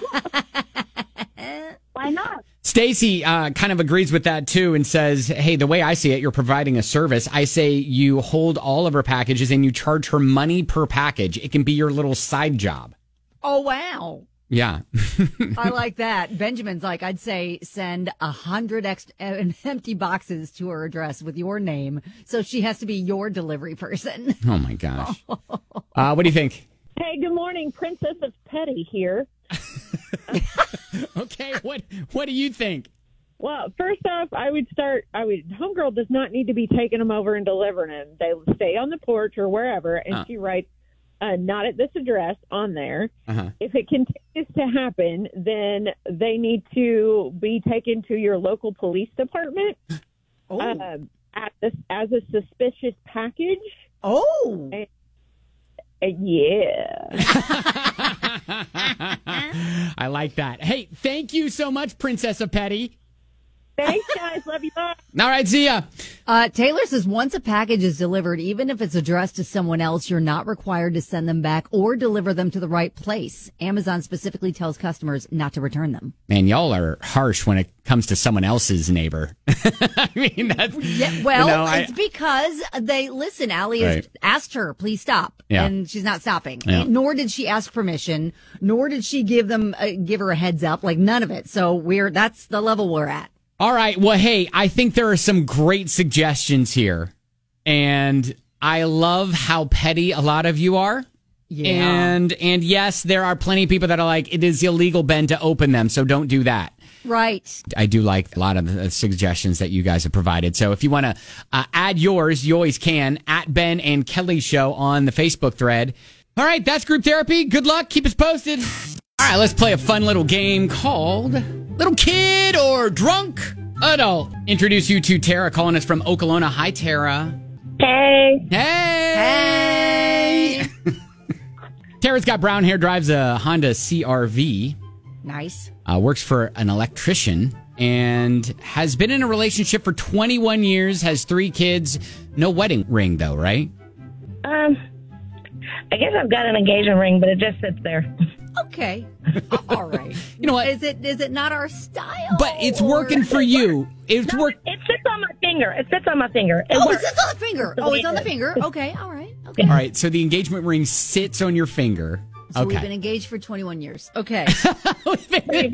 Speaker 7: Why not?
Speaker 1: Stacy uh, kind of agrees with that too and says, "Hey, the way I see it, you're providing a service. I say you hold all of her packages and you charge her money per package. It can be your little side job."
Speaker 2: oh, wow.
Speaker 1: Yeah. [LAUGHS]
Speaker 2: I like that. Benjamin's like, I'd say send a hundred ex- uh, [LAUGHS] empty boxes to her address with your name. So she has to be your delivery person.
Speaker 1: Oh my [LAUGHS] gosh. Uh, what do you think?
Speaker 7: Hey, good morning, Princess of Petty here.
Speaker 1: Okay. What What do you think?
Speaker 8: Well, first off, I would start. I would. Homegirl does not need to be taking them over and delivering them. They stay on the porch or wherever, and
Speaker 1: Uh.
Speaker 8: she writes, uh, "Not at this address" on there.
Speaker 1: Uh-huh.
Speaker 8: If it continues to happen, then they need to be taken to your local police department
Speaker 9: Oh.
Speaker 8: um, at this as a suspicious package.
Speaker 2: Oh,
Speaker 8: Uh, yeah.
Speaker 1: I like that. Hey, thank you so much, Princess of Petty.
Speaker 8: Thanks, guys. Love you. Bye.
Speaker 1: All right, see ya.
Speaker 2: Uh, Taylor says once a package is delivered, even if it's addressed to someone else, you're not required to send them back or deliver them to the right place. Amazon specifically tells customers not to return them.
Speaker 1: Man, y'all are harsh when it comes to someone else's neighbor. [LAUGHS] I mean, that's
Speaker 2: Yeah, well,
Speaker 1: No, I-
Speaker 2: it's because they listen. Allie has
Speaker 1: Right.
Speaker 2: asked her, "Please stop,"
Speaker 1: Yeah.
Speaker 2: and she's not stopping.
Speaker 1: Yeah.
Speaker 2: And nor did she ask permission. Nor did she give them uh, give her a heads up. Like none of it. So we're that's the level we're at.
Speaker 1: All right. Well, hey, I think there are some great suggestions here. And I love how petty a lot of you are.
Speaker 2: Yeah.
Speaker 1: And and yes, there are plenty of people that are like, it is illegal, Ben, to open them, so don't do that.
Speaker 2: Right.
Speaker 1: I do like a lot of the suggestions that you guys have provided. So if you want to uh, add yours, you always can at Ben and Kelly Show on the Facebook thread. All right, that's group therapy. Good luck. Keep us posted. All right, let's play a fun little game called Little Kid or Drunk Adult. Introduce you to Tara calling us from Oklahoma. Hi, Tara.
Speaker 7: Hey,
Speaker 1: Hey. Hey. [LAUGHS] Tara's got brown hair, drives a Honda CRV
Speaker 2: Nice.
Speaker 1: uh, works for an electrician and has been in a relationship for 21 years, has three kids, no wedding ring though, right?
Speaker 7: um, I guess I've got an engagement ring, but it just sits there.
Speaker 2: Okay. Uh, all right.
Speaker 1: [LAUGHS] You know what?
Speaker 2: Is it is it not our style?
Speaker 1: But it's
Speaker 2: or-
Speaker 1: working
Speaker 2: [LAUGHS]
Speaker 1: for you. It's work.
Speaker 7: It sits on my finger. It sits on my finger. It
Speaker 2: Oh,
Speaker 7: works.
Speaker 2: it's just on the finger.
Speaker 7: the
Speaker 2: Oh, it's on
Speaker 1: [LAUGHS]
Speaker 2: the
Speaker 7: way
Speaker 2: finger. Okay. All right. Okay.
Speaker 1: All right, so the engagement ring sits on your finger.
Speaker 2: So we've been
Speaker 1: okay.
Speaker 2: engaged for 21 years.
Speaker 1: [LAUGHS]
Speaker 2: Okay.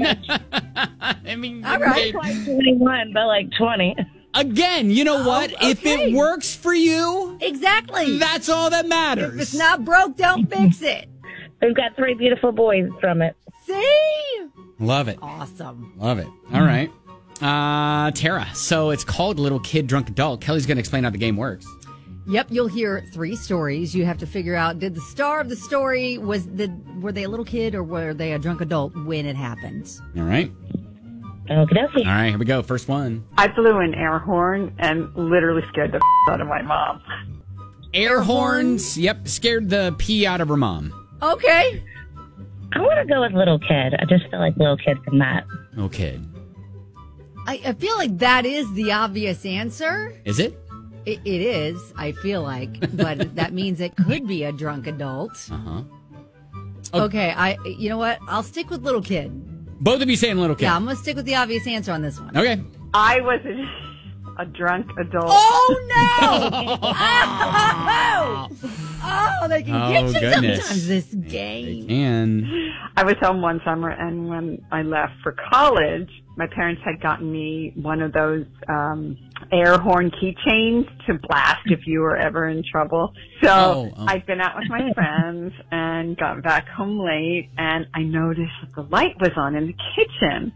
Speaker 1: I mean,
Speaker 2: All right.
Speaker 1: engaged-
Speaker 7: Like 21, but like 20.
Speaker 1: again, you know what? If
Speaker 2: Oh, okay.
Speaker 1: it works for you,
Speaker 2: exactly.
Speaker 1: that's all that matters.
Speaker 2: if it's not broke, don't fix it.
Speaker 7: We've got three beautiful boys from it.
Speaker 2: See?
Speaker 1: Love it.
Speaker 2: Awesome.
Speaker 1: Love it.
Speaker 2: Mm-hmm.
Speaker 1: All right. Uh, Tara. So it's called Little Kid Drunk Adult. Kelly's going to explain how the game works.
Speaker 2: Yep, you'll hear three stories. You have to figure out did the star of the story was the were they a little kid or were they a drunk adult when it happened?
Speaker 1: All right.
Speaker 7: Okay, okay.
Speaker 1: All right, here we go. First one.
Speaker 5: I blew an air horn and literally scared the [LAUGHS] out of my mom.
Speaker 1: Air horns. Yep, scared the pee out of her mom.
Speaker 2: Okay.
Speaker 7: I want to go with little kid. I just feel like little kid from that.
Speaker 1: Okay.
Speaker 2: I, I feel like that is the obvious answer.
Speaker 1: Is it?
Speaker 2: It, it is, I feel like, but that means it could be a drunk adult.
Speaker 1: Uh huh.
Speaker 2: Okay, I you know what? I'll stick with little kid.
Speaker 1: Both of you saying little kid.
Speaker 2: Yeah, I'm gonna stick with the obvious answer on this one.
Speaker 1: Okay.
Speaker 5: I was [LAUGHS] a, a drunk adult.
Speaker 2: Oh no! [LAUGHS] oh, oh, they can
Speaker 1: Oh,
Speaker 2: get you
Speaker 1: goodness.
Speaker 2: sometimes. This
Speaker 1: They
Speaker 2: game.
Speaker 1: can.
Speaker 5: I was home one summer, and when I left for college, my parents had gotten me one of those um, air horn keychains to blast if you were ever in trouble. So
Speaker 1: Oh, oh.
Speaker 5: I'd been out with my friends and got back home late, and I noticed that the light was on in the kitchen.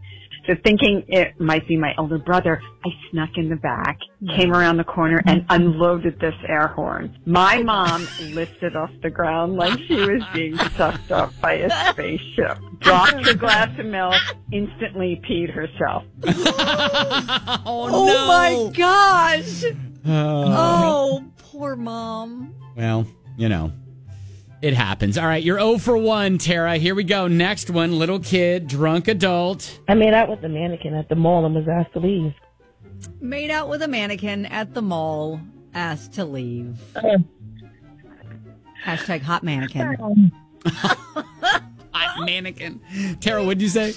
Speaker 10: So thinking it might be my older brother, I snuck in the back, came around the corner and unloaded this air horn. My mom lifted off the ground like she was being sucked up by a spaceship, dropped her glass of milk, instantly peed herself.
Speaker 1: [LAUGHS] Oh,
Speaker 2: Oh
Speaker 1: no.
Speaker 2: my gosh.
Speaker 1: Uh,
Speaker 2: Oh, poor mom.
Speaker 1: well, you know, it happens. All right, you're 0 for 1, Tara. Here we go. Next one little kid, drunk adult.
Speaker 9: I made out with the mannequin at the mall and was asked to leave.
Speaker 2: Made out with a mannequin at the mall, asked to leave.
Speaker 1: Uh.
Speaker 2: Hashtag hot mannequin.
Speaker 7: Um,
Speaker 1: Hot mannequin. Tara, what'd you say?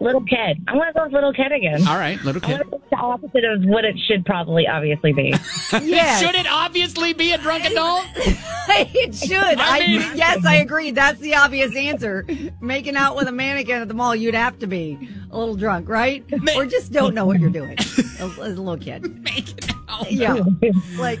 Speaker 9: Little kid. I want to go with little kid again.
Speaker 1: All right, little
Speaker 9: I
Speaker 1: kid.
Speaker 9: wanna go with the opposite of what it should probably obviously be.
Speaker 2: Yes.
Speaker 1: Should it obviously be a drunk adult?
Speaker 2: [LAUGHS] it should. I,
Speaker 1: mean-
Speaker 2: yes, I agree. That's the obvious answer. Making out with a mannequin at the mall, you'd have to be a little drunk, right? or just don't know what you're doing as, as a little kid.
Speaker 1: Make it out. [LAUGHS]
Speaker 2: Yeah, like,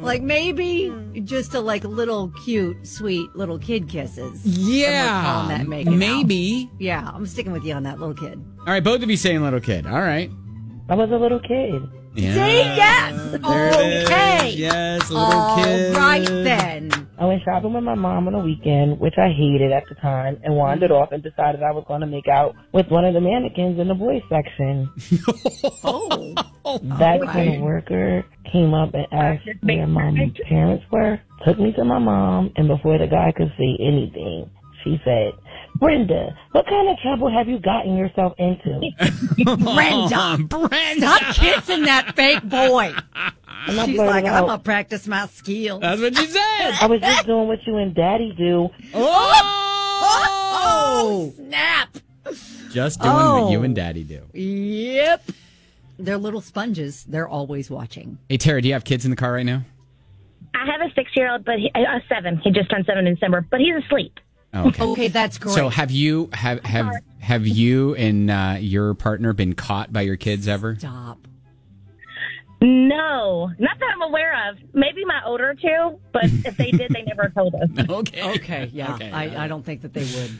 Speaker 2: like maybe just a like little cute, sweet little kid kisses. And we're
Speaker 1: Yeah.
Speaker 2: calling that make it out.
Speaker 1: maybe.
Speaker 2: Yeah, I'm sticking with you on that little kid.
Speaker 1: All right, both of you saying little kid. All right.
Speaker 9: [LAUGHS] I was a little kid.
Speaker 1: Yeah.
Speaker 2: See, yes, Oh,
Speaker 1: There it is.
Speaker 2: okay.
Speaker 1: Yes, little
Speaker 2: All
Speaker 1: kid.
Speaker 2: right then.
Speaker 9: I went shopping with my mom on a weekend, which I hated at the time, and wandered off and decided I was going to make out with one of the mannequins in the boys section.
Speaker 2: [LAUGHS]
Speaker 9: [LAUGHS]
Speaker 2: Oh,
Speaker 9: That's when a worker came up and asked where my mom's parents were, took me to my mom, and before the guy could say anything, she said, Brenda, what kind of trouble have you gotten yourself into?
Speaker 2: Brenda.
Speaker 1: Oh, Brenda.
Speaker 2: Stop kissing that fake
Speaker 1: [LAUGHS]
Speaker 2: boy.
Speaker 9: And I
Speaker 2: She's
Speaker 9: blurted
Speaker 2: like, I'm
Speaker 9: out,
Speaker 2: gonna practice my skills.
Speaker 1: That's what she
Speaker 9: I
Speaker 1: said.
Speaker 9: was just doing what you and daddy do.
Speaker 1: Oh!
Speaker 2: [LAUGHS] Oh, snap!
Speaker 1: Just doing
Speaker 2: Oh.
Speaker 1: what you and daddy do.
Speaker 2: Yep. They're little sponges. They're always watching.
Speaker 1: Hey, Tara, do you have kids in the car right now?
Speaker 11: I have a six year old, but he, uh, a seven. He just turned seven in December, but he's asleep.
Speaker 1: Oh, okay.
Speaker 2: Okay, that's great.
Speaker 1: So have you have have have you and uh, your partner been caught by your kids ever?
Speaker 2: Stop.
Speaker 11: No, not that I'm aware of. Maybe my older two, but if they did, they never told
Speaker 2: [LAUGHS]
Speaker 11: us.
Speaker 1: Okay.
Speaker 2: Okay, yeah.
Speaker 1: Okay. Um,
Speaker 2: I, I don't think that they
Speaker 1: [LAUGHS]
Speaker 2: would.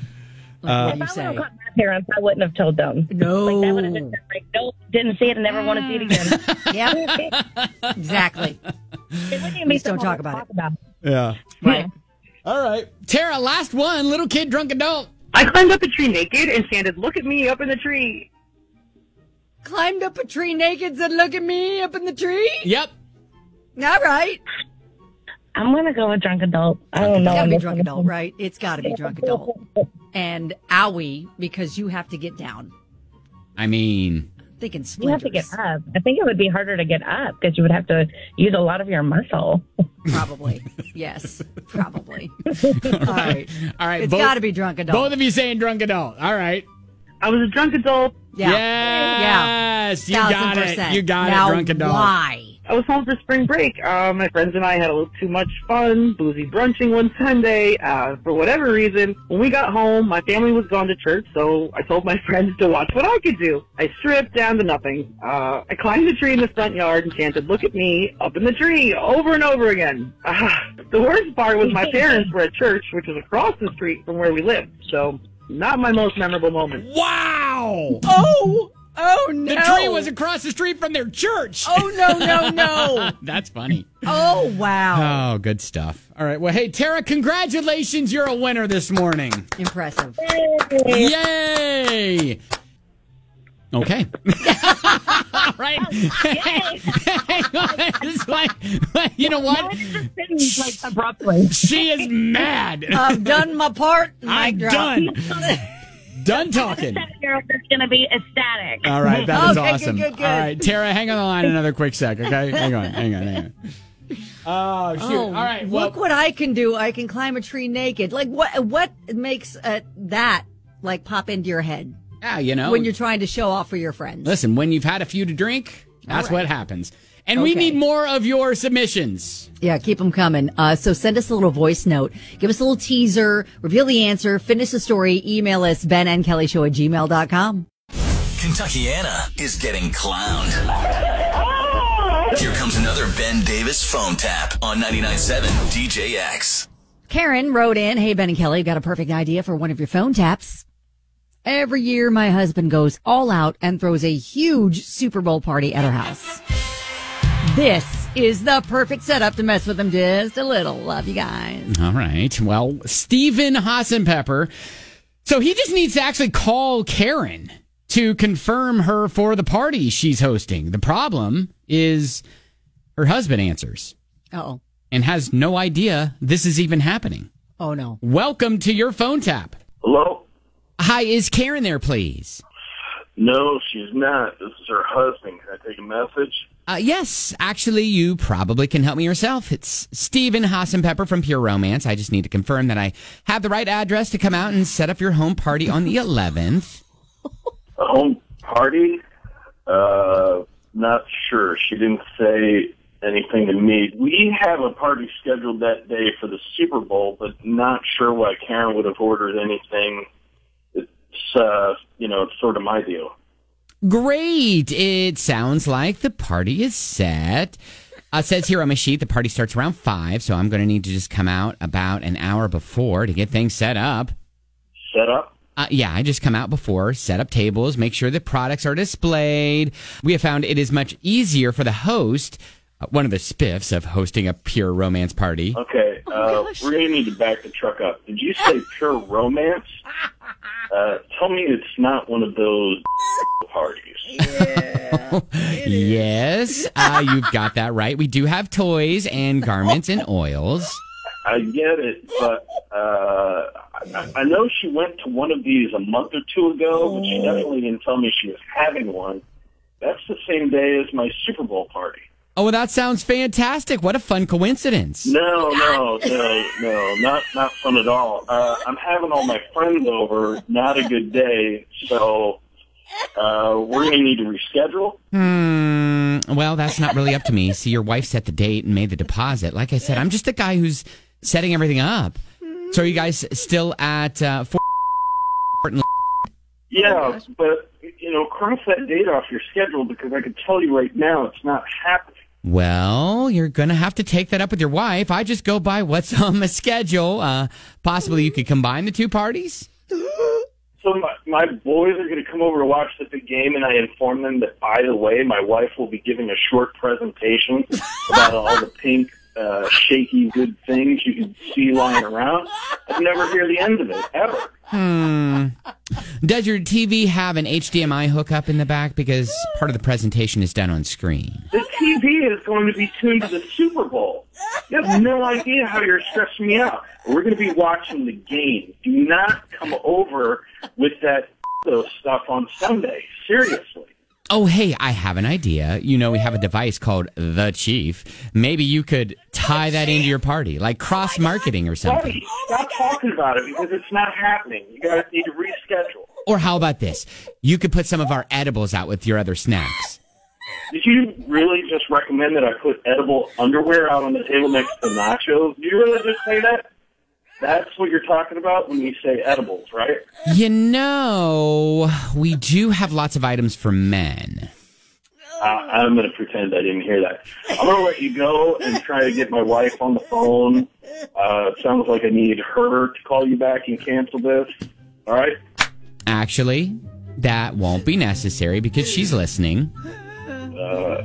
Speaker 2: Like, what do
Speaker 11: If
Speaker 2: you
Speaker 11: I would
Speaker 2: say?
Speaker 11: have caught my parents, I wouldn't have told them.
Speaker 2: No.
Speaker 11: Like, that
Speaker 2: [LAUGHS]
Speaker 11: would have just been like, nope, didn't see it and never want to see it
Speaker 2: Ah.
Speaker 11: again.
Speaker 2: [LAUGHS] Yep, exactly.
Speaker 11: It wouldn't even
Speaker 2: Please
Speaker 11: be something
Speaker 2: don't talk
Speaker 11: to
Speaker 2: about
Speaker 11: talk
Speaker 2: it.
Speaker 11: about.
Speaker 1: Yeah.
Speaker 11: Right.
Speaker 1: All right. Tara, last one, little kid drunk adult.
Speaker 10: I climbed up a tree naked and sounded, look at me up in the tree.
Speaker 2: Climbed up a tree naked and look at me up in the tree.
Speaker 1: Yep.
Speaker 2: All right.
Speaker 11: I'm going to go with drunk adult. I don't know.
Speaker 2: It's gotta
Speaker 11: on
Speaker 2: be
Speaker 11: this
Speaker 2: drunk
Speaker 11: one.
Speaker 2: adult, right? It's gotta be drunk adult. And owie, because you have to get down.
Speaker 1: I mean,
Speaker 2: Thinking splinters.
Speaker 11: You have to get up. I think it would be harder to get up because you would have to use a lot of your muscle.
Speaker 2: Probably. yes.
Speaker 11: [LAUGHS]
Speaker 2: Probably. All right.
Speaker 1: all right.
Speaker 2: It's
Speaker 1: both,
Speaker 2: got to be drunk adult.
Speaker 1: both of you saying drunk adult. All right.
Speaker 10: I was a drunk adult.
Speaker 2: yeah.
Speaker 1: Yes. You got it. You got
Speaker 2: now,
Speaker 1: it. Drunk adult.
Speaker 2: Why?
Speaker 10: I was home for spring break. Uh, my friends and I had a little too much fun, boozy brunching one Sunday. Uh, for whatever reason, when we got home, my family was gone to church, so I told my [LAUGHS] friends to watch what I could do. I stripped down to nothing. Uh, I climbed a tree in the front yard and chanted, "Look at me up in the tree," over and over again. Ah, the worst part was my parents were at church, which was across the street from where we lived. [SIGHS] So, not my most memorable moment.
Speaker 1: Wow.
Speaker 2: Oh, oh no.
Speaker 1: The tree was across the street from their church.
Speaker 2: Oh no, no, no.
Speaker 1: [LAUGHS] That's funny.
Speaker 2: oh wow.
Speaker 1: Oh, good stuff. All right. Well, hey, Tara, congratulations. You're a winner this morning.
Speaker 2: Impressive.
Speaker 1: Yay! Okay. [LAUGHS] All right. [LAUGHS] It's like, you know what?
Speaker 11: like abruptly.
Speaker 1: She is mad.
Speaker 2: I've done my part. Uh, Mic
Speaker 1: I'm
Speaker 2: drop.
Speaker 1: done.
Speaker 2: [LAUGHS]
Speaker 1: Done talking.
Speaker 11: Seven year old is going to be ecstatic.
Speaker 1: All right, that is
Speaker 2: Okay, good,
Speaker 1: awesome.
Speaker 2: good, good.
Speaker 1: All right, Tara, hang on the line another quick
Speaker 2: [LAUGHS]
Speaker 1: sec, okay? Hang on, hang on, hang on. Oh shoot!
Speaker 2: Oh,
Speaker 1: All right, well,
Speaker 2: look what I can do. I can climb a tree naked. Like what? What makes uh, that like pop into your head
Speaker 1: yeah, you know,
Speaker 2: when you're trying to show off for your friends?
Speaker 1: Oh. listen, when you've had a few to drink, that's what happens. And we
Speaker 2: Okay.
Speaker 1: need more of your submissions.
Speaker 2: Yeah, keep them coming. Uh, so send us a little voice note. Give us a little teaser. Reveal the answer. Finish the story. Email us, Ben and Kelly Show at gmail.com.
Speaker 4: Kentuckiana is getting clowned. Here comes another Ben Davis phone tap on 99.7 DJX.
Speaker 2: Karen wrote in, Hey, Ben and Kelly, I've got a perfect idea for one of your phone taps. Every year, my husband goes all out and throws a huge Super Bowl party at our house. This is the perfect setup to mess with him just a little. Love you guys.
Speaker 1: All right. Well, Stephen Hassenpepper. So he just needs to actually call Karen to confirm her for the party she's hosting. The problem is her husband answers
Speaker 2: Oh,
Speaker 1: and has no idea this is even happening.
Speaker 2: oh
Speaker 1: [LAUGHS]
Speaker 2: no.
Speaker 1: Welcome to your phone tap.
Speaker 7: Hello?
Speaker 1: Hi, is Karen there, please?
Speaker 7: No, she's not. This is her husband. Can I take a message?
Speaker 1: Uh, yes, actually, you probably can help me yourself. It's Stephen Hassenpepper from Pure Romance. I just need to confirm that I have the right address to come out and set up your home party on the 11th.
Speaker 7: A home party? Uh, not sure. She didn't say anything to me. We have a party scheduled that day for the Super Bowl, but not sure why Karen would have ordered anything. It's, uh, you know, it's sort of my deal.
Speaker 1: Great. It sounds like the party is set. Uh, it says here on my sheet the party starts around 5, so I'm going to need to just come out about an hour before to get things set up.
Speaker 7: Set up?
Speaker 1: Uh, yeah, I just come out before, set up tables, make sure the products are displayed. We have found it is much easier for the host, uh, one of the spiffs of hosting a pure romance party.
Speaker 7: Okay,
Speaker 11: Oh
Speaker 7: uh, we're going to need to back the truck up. Did
Speaker 11: [LAUGHS]
Speaker 7: you say pure romance? Uh, tell me it's not one
Speaker 11: [LAUGHS]
Speaker 7: of those parties.
Speaker 1: yes, uh, you've got that right. We do have toys and garments and oils.
Speaker 7: I get it, but uh, I, I know she went to one of these a month or two ago, but she definitely didn't tell me she was having one. That's the same day as my Super Bowl party.
Speaker 1: Oh, well, that sounds fantastic. What a fun coincidence.
Speaker 7: No, no, no, no, not not fun at all. Uh, I'm having all my friends over. Not a good day, so uh, we're gonna need to reschedule.
Speaker 1: Hmm. Well, that's not really up to me. See, your wife set the date and made the deposit. Like I said, I'm just the guy who's setting everything up. So, are you guys still at uh, four?
Speaker 7: Yeah, but you know, cross that date off your schedule because I can tell you right now it's not happening.
Speaker 1: Well, you're going to have to take that up with your wife. I just go by what's [LAUGHS] on the schedule. Uh, possibly you could combine the two parties.
Speaker 7: So my, my boys are going to come over to watch the big game, and I inform them that, by the way, my wife will be giving a short presentation about all the pink, uh, shaky good things you can see lying around. I'd never hear the end of it ever.
Speaker 1: Hmm. Does your TV have an HDMI hookup in the back? Because part of the presentation is done on screen.
Speaker 7: The TV is going to be tuned to the Super Bowl. You have no idea how you're stressing me out. We're going to be watching the game. Do not come over with that [LAUGHS] stuff on Sunday. Seriously.
Speaker 1: Oh, hey, I have an idea. You know, we have a device called The Chief. Maybe you could tie that into your party, like cross marketing or something.
Speaker 7: Buddy, stop talking about it because it's not happening. You guys need to reschedule.
Speaker 1: Or how about this? You could put some of our edibles out with your other snacks.
Speaker 7: Did you really just recommend that I put edible underwear out on the table next to nachos? Did you really just say that? That's what you're talking about when you say edibles, right?
Speaker 1: You know, we do have lots of items for men.
Speaker 7: Uh, I'm going to pretend I didn't hear that. I'm going to let you go and try to get my wife on the phone. Uh, it sounds like I need her to call you back and cancel this. All right?
Speaker 1: Actually, that won't be necessary because she's listening.
Speaker 7: Uh,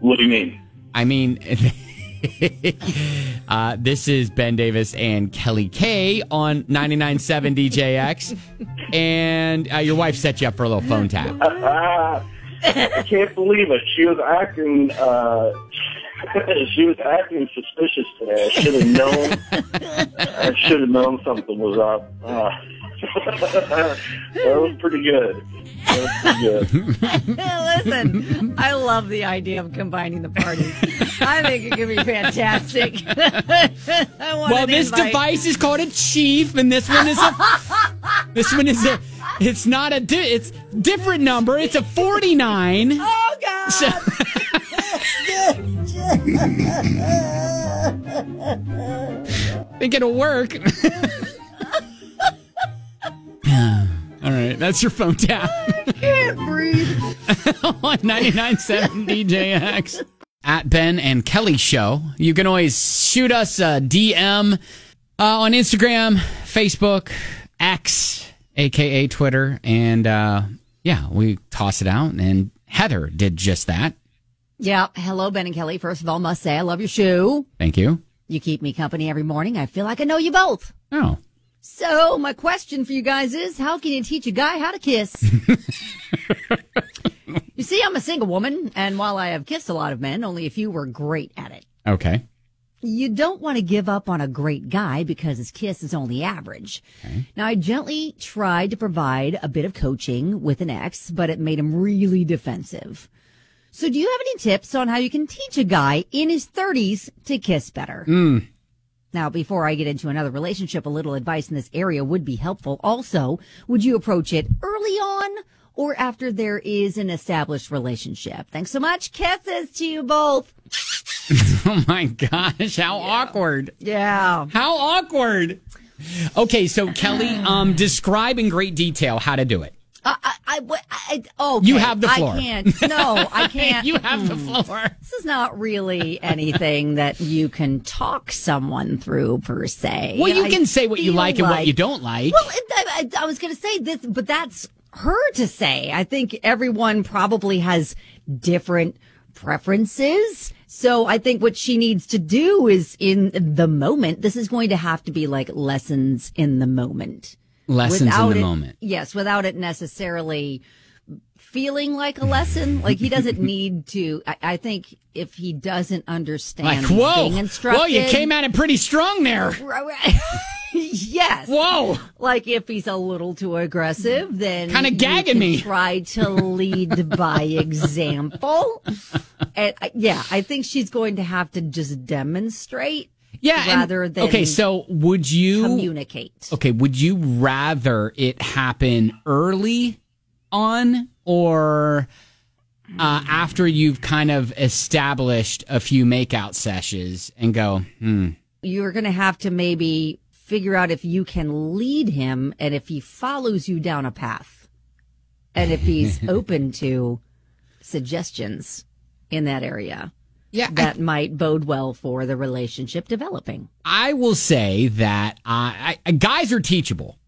Speaker 7: what do you mean? [LAUGHS]
Speaker 1: I mean, [LAUGHS] uh, this is Ben Davis and Kelly K on 99.7 DJX. And uh, your wife set you up for a little phone tap.
Speaker 7: I can't believe it. She was acting. Uh, [LAUGHS] she was acting suspicious today. I should have known. I should have known something was up. Uh, [LAUGHS] that was pretty good. That was pretty good.
Speaker 2: Listen, I love the idea of combining the parties. I think it could be fantastic. [LAUGHS] I want
Speaker 1: Well,
Speaker 2: an
Speaker 1: this
Speaker 2: invite.
Speaker 1: device is called a chief, and this one is a. this one is a. It's not a. Di- it's different number. It's a forty-nine.
Speaker 12: Oh, God.
Speaker 1: So- think it'll work. All right, that's your phone tap. I
Speaker 2: can't
Speaker 1: [LAUGHS]
Speaker 2: breathe.
Speaker 1: On 99.7 DJX. At Ben and Kelly Show. You can always shoot us a DM uh, on Instagram, Facebook, X, aka Twitter, and uh, yeah, we toss it out. And Heather did just that.
Speaker 2: Yeah. Hello, Ben and Kelly. First of all, must say I love your shoe.
Speaker 1: Thank you.
Speaker 2: You keep me company every morning. I feel like I know you both.
Speaker 1: Oh.
Speaker 2: So my question for you guys is, how can you teach a guy how to kiss? you see, I'm a single woman, and while I have kissed a lot of men, only a few were great at it.
Speaker 1: Okay. [LAUGHS]
Speaker 2: You don't want to give up on a great guy because his kiss is only average. Now, I gently tried to provide a bit of coaching with an ex, but it made him really defensive. So, do you have any tips on how you can teach a guy in his 30s to kiss better?
Speaker 1: Mm.
Speaker 2: Now, before I get into another relationship, a little advice in this area would be helpful. Also, would you approach it early on or after there is an established relationship? Thanks so much. Kisses to you both.
Speaker 1: Oh my gosh, how awkward.
Speaker 2: Yeah.
Speaker 1: How awkward. Okay, so Kelly, um, describe in great detail how to do it.
Speaker 2: I, I, I, what- I, oh,
Speaker 1: You have the floor.
Speaker 2: I can't. No,
Speaker 1: [LAUGHS]
Speaker 2: I can't.
Speaker 1: You have the floor.
Speaker 2: This is not really anything that you can talk someone through per se.
Speaker 1: Well, you
Speaker 2: I
Speaker 1: can say what you
Speaker 2: feel
Speaker 1: like and what you don't like.
Speaker 2: Well, it- I, I, I was going to say this, but that's her to say. I think everyone probably has different preferences. So I think what she needs to do is in the moment, this is going to have to be like lessons in the moment.
Speaker 1: Lessons in
Speaker 2: Without
Speaker 1: the
Speaker 2: it-
Speaker 1: moment.
Speaker 2: Yes, without it necessarily feeling like a lesson. Like he
Speaker 1: [LAUGHS]
Speaker 2: doesn't need to. I, I think if he doesn't understand,
Speaker 1: Like,
Speaker 2: he's
Speaker 1: whoa,
Speaker 2: being instructed,
Speaker 1: whoa, you came at it pretty strong there.
Speaker 2: [LAUGHS] yes.
Speaker 1: Whoa.
Speaker 2: Like if he's a little too aggressive, then
Speaker 1: Kinda
Speaker 2: you
Speaker 1: gagging
Speaker 2: can
Speaker 1: me.
Speaker 2: Try to lead
Speaker 1: [LAUGHS]
Speaker 2: by example. And I- yeah, I think she's going to have to just demonstrate.
Speaker 1: Yeah, and-
Speaker 2: rather than
Speaker 1: okay. So would you
Speaker 2: communicate?
Speaker 1: Okay, would you rather it happen early on or uh, after you've kind of established a few makeout sessions and go, hmm,
Speaker 2: you're going to have to maybe figure out if you can lead him and if he follows you down a path and if
Speaker 1: [LAUGHS]
Speaker 2: he's open to suggestions in that area.
Speaker 1: Yeah.
Speaker 2: That might bode well for the relationship developing.
Speaker 1: I will say that I, I guys are teachable.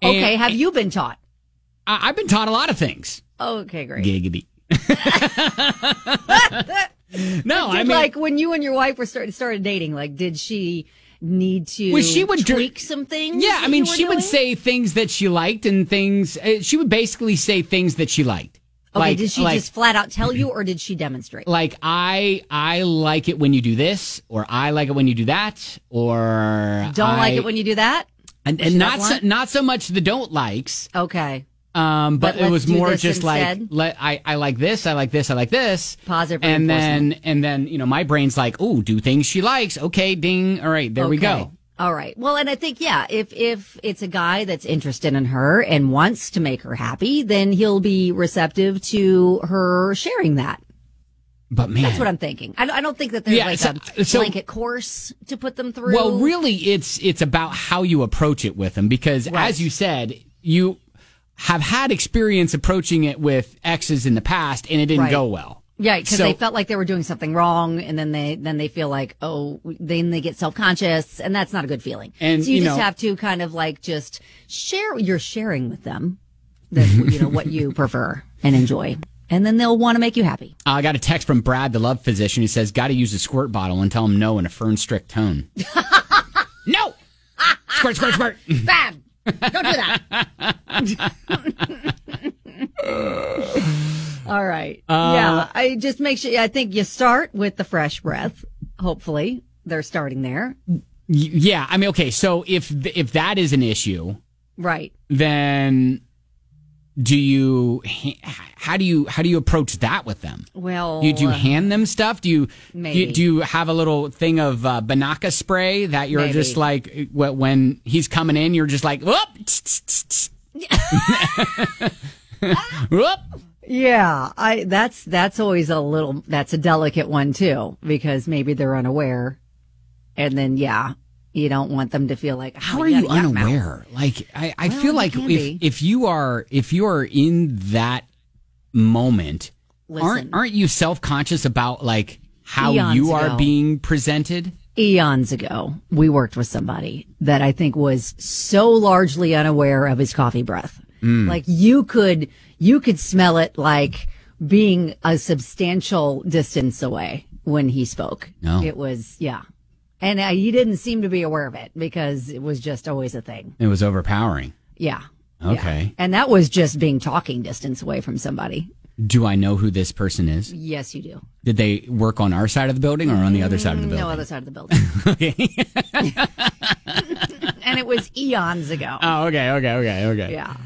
Speaker 2: okay. Have you been taught?
Speaker 1: I, I've been taught a lot of things.
Speaker 2: Okay, great.
Speaker 1: Giggity. [LAUGHS] no, I
Speaker 2: Did,
Speaker 1: mean,
Speaker 2: like when you and your wife were started started dating, like did she need to
Speaker 1: Well, she would dr-
Speaker 2: tweak some things?
Speaker 1: Yeah,
Speaker 2: that
Speaker 1: I
Speaker 2: you
Speaker 1: mean,
Speaker 2: were
Speaker 1: she would
Speaker 2: doing?
Speaker 1: say things that she liked and things. Uh, she would basically say things that she liked.
Speaker 2: Okay,
Speaker 1: like,
Speaker 2: did she
Speaker 1: like,
Speaker 2: just flat out tell you or did she demonstrate?
Speaker 1: like I I like it when you do this, or I like it when you do that, or
Speaker 2: Don't like it when you do that?
Speaker 1: and,
Speaker 2: Was
Speaker 1: and
Speaker 2: she
Speaker 1: not
Speaker 2: that
Speaker 1: so,
Speaker 2: blunt?
Speaker 1: not so much the don't likes.
Speaker 2: Okay.
Speaker 1: Um, but,
Speaker 2: But
Speaker 1: it
Speaker 2: let's
Speaker 1: was
Speaker 2: do
Speaker 1: more
Speaker 2: this
Speaker 1: just
Speaker 2: instead?
Speaker 1: like let, I I like this, I like this, I like this.
Speaker 2: Positive
Speaker 1: and
Speaker 2: reinforcement.
Speaker 1: then and then you know my brain's like, oh, do things she likes. Okay, ding. All right, there we
Speaker 2: Okay.
Speaker 1: go.
Speaker 2: All right. Well, and I think yeah, if if it's a guy that's interested in her and wants to make her happy, then he'll be receptive to her sharing that.
Speaker 1: But man,
Speaker 2: That's what I'm thinking. I, don't- I don't think that there's
Speaker 1: Yeah,
Speaker 2: like
Speaker 1: so-
Speaker 2: a
Speaker 1: so-
Speaker 2: blanket course to put them through.
Speaker 1: Well, really, it's it's about how you approach it with them because, as you said, you have had experience approaching it with exes in the past, and it didn't
Speaker 2: Right.
Speaker 1: go well.
Speaker 2: Yeah, because
Speaker 1: So-
Speaker 2: they felt like they were doing something wrong, and then they then they feel like oh, then they get self conscious, and that's not a good feeling.
Speaker 1: And,
Speaker 2: so you,
Speaker 1: you
Speaker 2: just
Speaker 1: know-
Speaker 2: have to kind of like just share. You're sharing with them that you know what
Speaker 1: [LAUGHS]
Speaker 2: you prefer and enjoy, and then they'll want to make you happy.
Speaker 1: Uh, I got a text from Brad, the love physician, who says, "Got to use a squirt bottle and tell him no in a firm, strict tone." [LAUGHS] no, squirt, squirt, squirt.
Speaker 2: Bad. Don't do
Speaker 1: [LAUGHS]
Speaker 2: that. All right.
Speaker 1: Uh,
Speaker 2: yeah. I just make sure. I think you start with the fresh breath. Hopefully, they're starting there.
Speaker 1: Y- yeah, I mean, okay. So if th- if that is an issue,
Speaker 2: Right.
Speaker 1: then do you h- how do you how do you approach that with them?
Speaker 2: Well, uh,
Speaker 1: You, do you hand them stuff? Do you, do
Speaker 2: Maybe.
Speaker 1: you do you have a little thing of uh, Banaka spray that you're
Speaker 2: Maybe.
Speaker 1: just like eh, wh- when he's coming in, you're just like whoop, tss, tss, tss, tss. [LAUGHS]
Speaker 2: [LAUGHS]
Speaker 1: whoop.
Speaker 2: Yeah, I that's that's always a little that's a delicate one too because maybe they're unaware, and then yeah, you don't want them to feel like
Speaker 1: How
Speaker 2: "Oh,
Speaker 1: are you
Speaker 2: got a yuck mouth."
Speaker 1: unaware? Like I, I
Speaker 2: Well,
Speaker 1: feel
Speaker 2: you
Speaker 1: like
Speaker 2: can
Speaker 1: if
Speaker 2: be.
Speaker 1: if you are if you are in that moment,
Speaker 2: Listen.
Speaker 1: aren't aren't you self conscious about like how
Speaker 2: Eons
Speaker 1: you are
Speaker 2: ago.
Speaker 1: being presented?
Speaker 2: eons ago, we worked with somebody that I think was so largely unaware of his coffee breath.
Speaker 12: Mm.
Speaker 2: Like you could, you could smell it like being a substantial distance away when he spoke.
Speaker 1: No.
Speaker 2: It was, yeah. And uh, he didn't seem to be aware of it because it was just always a thing.
Speaker 1: It was overpowering.
Speaker 2: Yeah.
Speaker 1: Okay.
Speaker 2: And that was just being talking distance away from somebody.
Speaker 1: Do I know who this person is?
Speaker 2: Yes, you do.
Speaker 1: Did they work on our side of the building or on the other side of the building?
Speaker 2: No other
Speaker 1: [LAUGHS]
Speaker 2: side of the building. [LAUGHS] and it was eons ago.
Speaker 1: Oh, okay, okay, okay, okay. [LAUGHS]
Speaker 2: Yeah.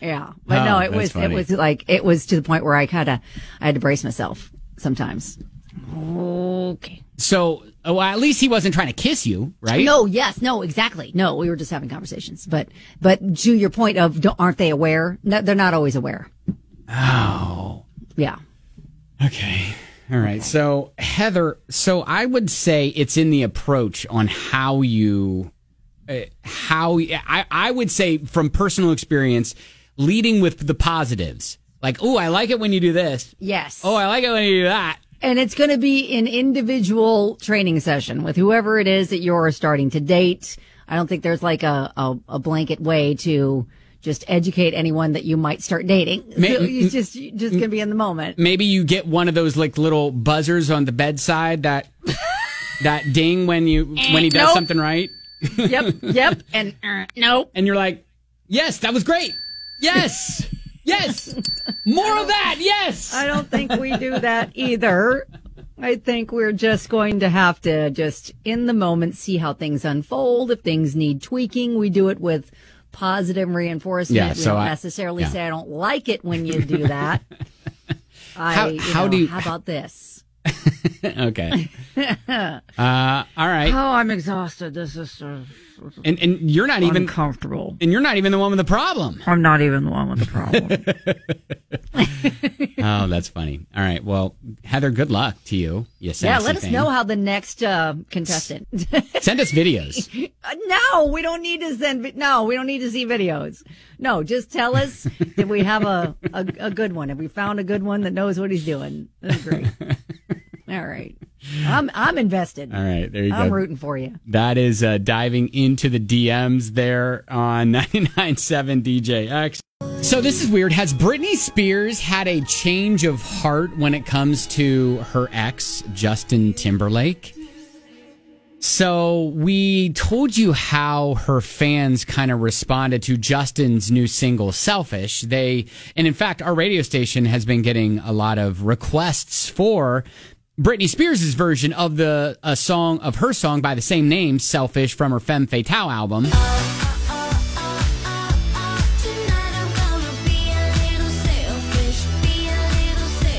Speaker 2: Yeah. But no,
Speaker 1: Oh,
Speaker 2: it
Speaker 1: that's
Speaker 2: was
Speaker 1: funny.
Speaker 2: it was like it was to the point where I kind of I had to brace myself sometimes. Okay.
Speaker 1: So, oh, well, at least he wasn't trying to kiss you, right?
Speaker 2: No, yes, no, exactly. No, we were just having conversations. But but to your point of don't, aren't they aware? No, they're not always aware.
Speaker 1: Oh.
Speaker 2: Yeah.
Speaker 1: Okay. All right. So, Heather, so I would say it's in the approach on how you, uh, how I, I would say from personal experience, leading with the positives. Like, oh, I like it when you do this.
Speaker 2: Yes.
Speaker 1: Oh, I like it when you do that.
Speaker 2: And it's going to be an individual training session with whoever it is that you're starting to date. I don't think there's like a, a, a blanket way to just educate anyone that you might start dating.
Speaker 1: Ma-
Speaker 2: so you just, you just going to be in the moment.
Speaker 1: Maybe you get one of those like little buzzers on the bedside that [LAUGHS] that ding when you
Speaker 2: Eh,
Speaker 1: when he does
Speaker 2: nope.
Speaker 1: something right.
Speaker 2: yep. Yep. And uh, nope.
Speaker 1: And you're like, yes, that was great. Yes. Yes. More of that. Yes.
Speaker 2: I don't think we do that either. I think we're just going to have to just in the moment see how things unfold. If things need tweaking, we do it with positive reinforcement.
Speaker 1: Yeah,
Speaker 2: we
Speaker 1: so
Speaker 2: don't
Speaker 1: I-
Speaker 2: necessarily
Speaker 1: yeah.
Speaker 2: say I don't like it when you do
Speaker 1: [LAUGHS]
Speaker 2: that. I,
Speaker 1: How-
Speaker 2: you
Speaker 1: how
Speaker 2: know,
Speaker 1: do you-
Speaker 2: how about this?
Speaker 1: [LAUGHS] okay.
Speaker 2: oh,
Speaker 1: Uh, all right.
Speaker 2: I'm exhausted. This is uh,
Speaker 1: and and you're not even
Speaker 2: comfortable.
Speaker 1: And you're not even the one with the problem.
Speaker 2: I'm not even the one with the problem.
Speaker 1: [LAUGHS]
Speaker 2: [LAUGHS]
Speaker 1: oh, that's funny. All right. Well, Heather, good luck to you. You
Speaker 2: yeah.
Speaker 1: sassy
Speaker 2: Let us
Speaker 1: thing.
Speaker 2: know how the next uh, contestant. [LAUGHS]
Speaker 1: Send us videos.
Speaker 2: Uh, No, we don't need to send. vi- No, we don't need to see videos. No, just tell
Speaker 1: [LAUGHS]
Speaker 2: us that we have a, a a good one. If we found a good one that knows what he's doing, that's
Speaker 1: [LAUGHS]
Speaker 2: great. All right, I'm I'm invested.
Speaker 1: All right.
Speaker 2: [LAUGHS]
Speaker 1: There you
Speaker 2: I'm
Speaker 1: go.
Speaker 2: rooting for you.
Speaker 1: That is uh, diving into the DMs there on [LAUGHS] 99.7 DJX. So this is weird. Has Britney Spears had a change of heart when it comes to her ex, Justin Timberlake? So we told you how her fans kind of responded to Justin's new single, Selfish. They, and in fact, our radio station has been getting a lot of requests for Britney Spears' version of the, a song of her song by the same name, Selfish, from her Femme Fatale album.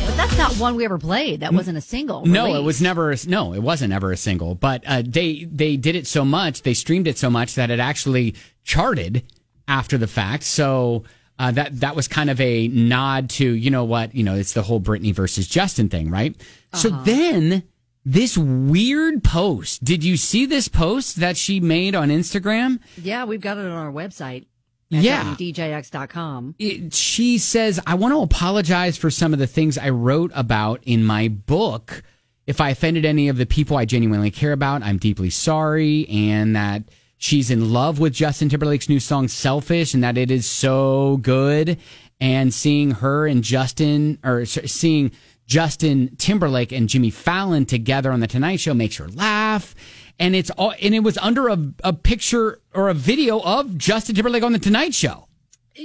Speaker 2: But that's not one we ever played. That wasn't a single.
Speaker 1: Mm. No,
Speaker 2: release.
Speaker 1: it was never. a- No, it wasn't ever a single. But uh, they they did it so much, they streamed it so much that it actually charted after the fact. So uh, that that was kind of a nod to you know what you know it's the whole Britney versus Justin thing, right? So
Speaker 2: Uh-huh.
Speaker 1: then this weird post. Did you see this post that she made on Instagram?
Speaker 2: Yeah, we've got it on our website.
Speaker 1: Yeah.
Speaker 2: DJX.com.
Speaker 1: it, she says, I want to apologize for some of the things I wrote about in my book. If I offended any of the people I genuinely care about, I'm deeply sorry. And that she's in love with Justin Timberlake's new song, Selfish, and that it is so good. And seeing her and Justin, or s- seeing Justin Timberlake and Jimmy Fallon together on The Tonight Show makes her laugh. And it's all, and it was under a, a picture or a video of Justin Timberlake on The Tonight Show.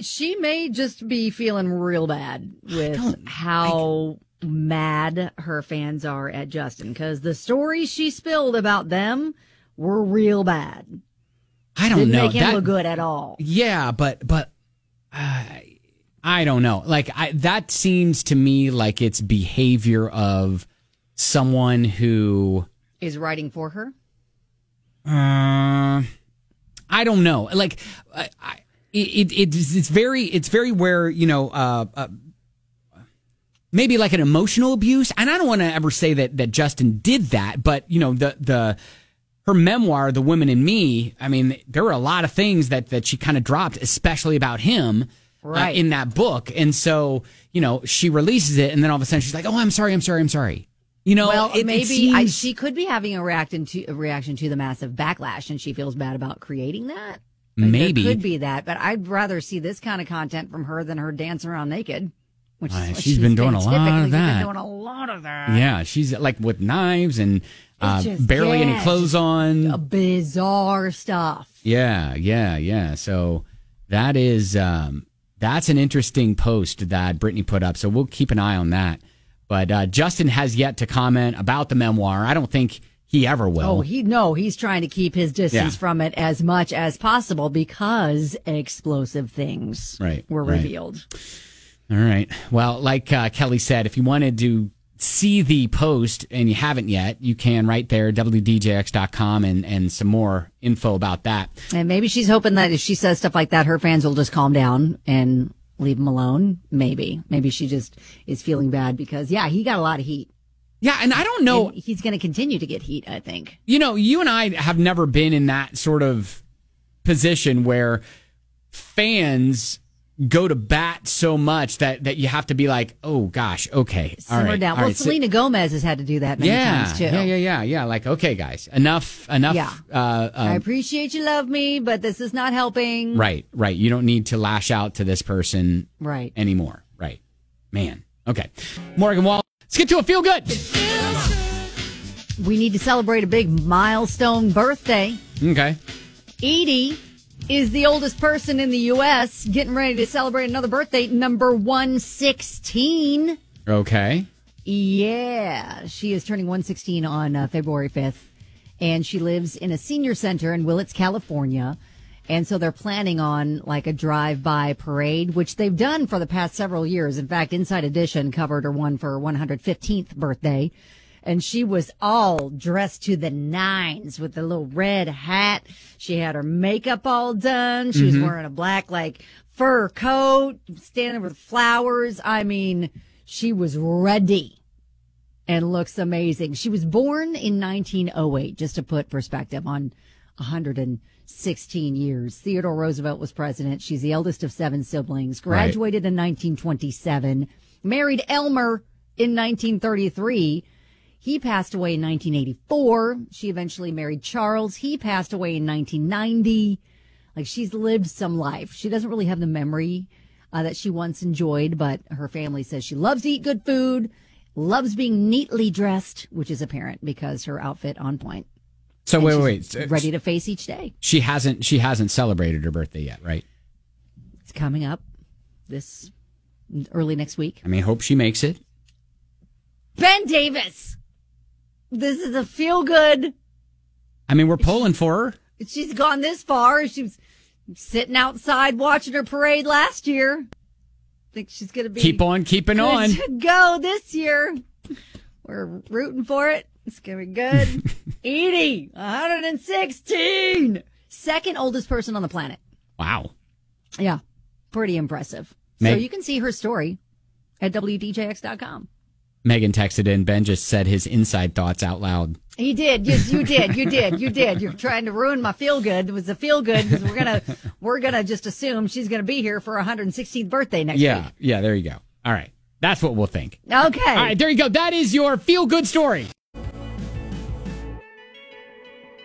Speaker 2: She may just be feeling real bad with how mad her fans are at Justin because the stories she spilled about them were real bad.
Speaker 1: I don't
Speaker 2: Didn't
Speaker 1: know.
Speaker 2: make him
Speaker 1: Oh, That-
Speaker 2: look good at all.
Speaker 1: Yeah, but but uh, I don't know. Like I, that seems to me like it's behavior of someone who
Speaker 2: Is writing for her?
Speaker 1: uh, I don't know. Like I, I, it, it it's very it's very where you know uh, uh, maybe like an emotional abuse. And I don't want to ever say that that Justin did that, but you know the the her memoir, The Woman in Me. I mean, there were a lot of things that that she kind of dropped, especially about him. uh,
Speaker 2: Right.
Speaker 1: in that book. And so, you know, she releases it and then all of a sudden she's like, oh, I'm sorry, I'm sorry, I'm sorry. You know,
Speaker 2: well,
Speaker 1: it- it
Speaker 2: maybe I,
Speaker 1: seems-
Speaker 2: she could be having a reaction to a reaction to the massive backlash, and she feels bad about creating that. Like,
Speaker 1: Maybe.
Speaker 2: there could be that, but I'd rather see this kind of content from her than her dancing around naked. Which is
Speaker 1: Uh,
Speaker 2: what
Speaker 1: she's been doing a lot of
Speaker 2: typically
Speaker 1: that.
Speaker 2: Been doing a lot of that.
Speaker 1: Yeah, she's like with knives and uh,
Speaker 2: just-
Speaker 1: barely any
Speaker 2: yeah,
Speaker 1: clothes on.
Speaker 2: Bizarre stuff.
Speaker 1: Yeah, yeah, yeah. So that is um, that's an interesting post that Brittany put up. So we'll keep an eye on that. But uh, Justin has yet to comment about the memoir. I don't think he ever will.
Speaker 2: Oh, he no, he's trying to keep his distance
Speaker 1: Yeah.
Speaker 2: from it as much as possible because explosive things
Speaker 1: Right,
Speaker 2: were
Speaker 1: right.
Speaker 2: revealed.
Speaker 1: All right. Well, like uh, Kelly said, if you wanted to see the post and you haven't yet, you can right there, wdjx.com, and, and some more info about that.
Speaker 2: And maybe she's hoping that if she says stuff like that, her fans will just calm down and leave him alone. Maybe. Maybe she just is feeling bad because, yeah, he got a lot of heat.
Speaker 1: Yeah, and I don't know.
Speaker 2: he's going to continue to get heat, I think.
Speaker 1: You know, you and I have never been in that sort of position where fans go to bat so much that, that you have to be like, oh gosh, okay. all
Speaker 2: Simmer
Speaker 1: right,
Speaker 2: down.
Speaker 1: all
Speaker 2: Well,
Speaker 1: right, sit-
Speaker 2: Selena Gomez has had to do that many
Speaker 1: yeah,
Speaker 2: times, too.
Speaker 1: yeah, yeah, yeah, yeah. Like, okay, guys, enough, enough.
Speaker 2: Yeah.
Speaker 1: Uh, uh,
Speaker 2: I appreciate you love me, but this is not helping.
Speaker 1: Right, right. You don't need to lash out to this person
Speaker 2: Right.
Speaker 1: anymore. Right. Man. Okay. Morgan Wall, let's get to a feel good.
Speaker 2: We need to celebrate a big milestone birthday.
Speaker 1: Okay.
Speaker 2: Edie is the oldest person in the U.S. getting ready to celebrate another birthday, number 116.
Speaker 1: Okay.
Speaker 2: Yeah, she is turning 116 on uh, February 5th, and she lives in a senior center in Willits, California. And so they're planning on like a drive-by parade, which they've done for the past several years. In fact, Inside Edition covered her one for her 115th birthday, and she was all dressed to the nines with the little red hat. She had her makeup all done. She was
Speaker 12: Mhm.
Speaker 2: wearing a black like fur coat, standing with flowers. I mean, she was ready and looks amazing. She was born in 1908, just to put perspective on 116 years. Theodore Roosevelt was president. She's the eldest of seven siblings,
Speaker 12: Right.
Speaker 2: graduated in 1927, married Elmer in 1933. He passed away in 1984. She eventually married Charles. He passed away in 1990. Like she's lived some life. She doesn't really have the memory uh, that she once enjoyed, but her family says she loves to eat good food, loves being neatly dressed, which is apparent because her outfit on point.
Speaker 1: So
Speaker 2: And
Speaker 1: wait,
Speaker 2: she's
Speaker 1: wait, wait. So-
Speaker 2: ready to face each day.
Speaker 1: She hasn't she hasn't celebrated her birthday yet, right?
Speaker 2: It's coming up this early next week.
Speaker 1: I mean, hope she makes it.
Speaker 2: Ben Davis, this is a feel good.
Speaker 1: I mean, we're pulling for
Speaker 2: [LAUGHS]
Speaker 1: her.
Speaker 2: She's gone this far. She was sitting outside watching her parade last year. Think she's gonna be
Speaker 1: Keep on keeping
Speaker 2: good [LAUGHS]
Speaker 1: on.
Speaker 2: to go this year. We're rooting for it. It's going to be
Speaker 1: [LAUGHS]
Speaker 2: good. Edie, 116. Second oldest person on the planet.
Speaker 1: Wow.
Speaker 2: Yeah. Pretty impressive. so
Speaker 1: Meg-
Speaker 2: you can see her story at WDJX.com.
Speaker 1: Megan texted in. Ben just said his inside thoughts out loud.
Speaker 2: He did. Yes, you did. You did. You did. You're trying to ruin my feel good. It was a feel good because we're gonna we're gonna just assume she's gonna be here for her 116th birthday next
Speaker 1: yeah. Yeah. There you go. All right. That's what we'll think.
Speaker 2: week. Okay.
Speaker 1: All right. There you go. That is your feel good story.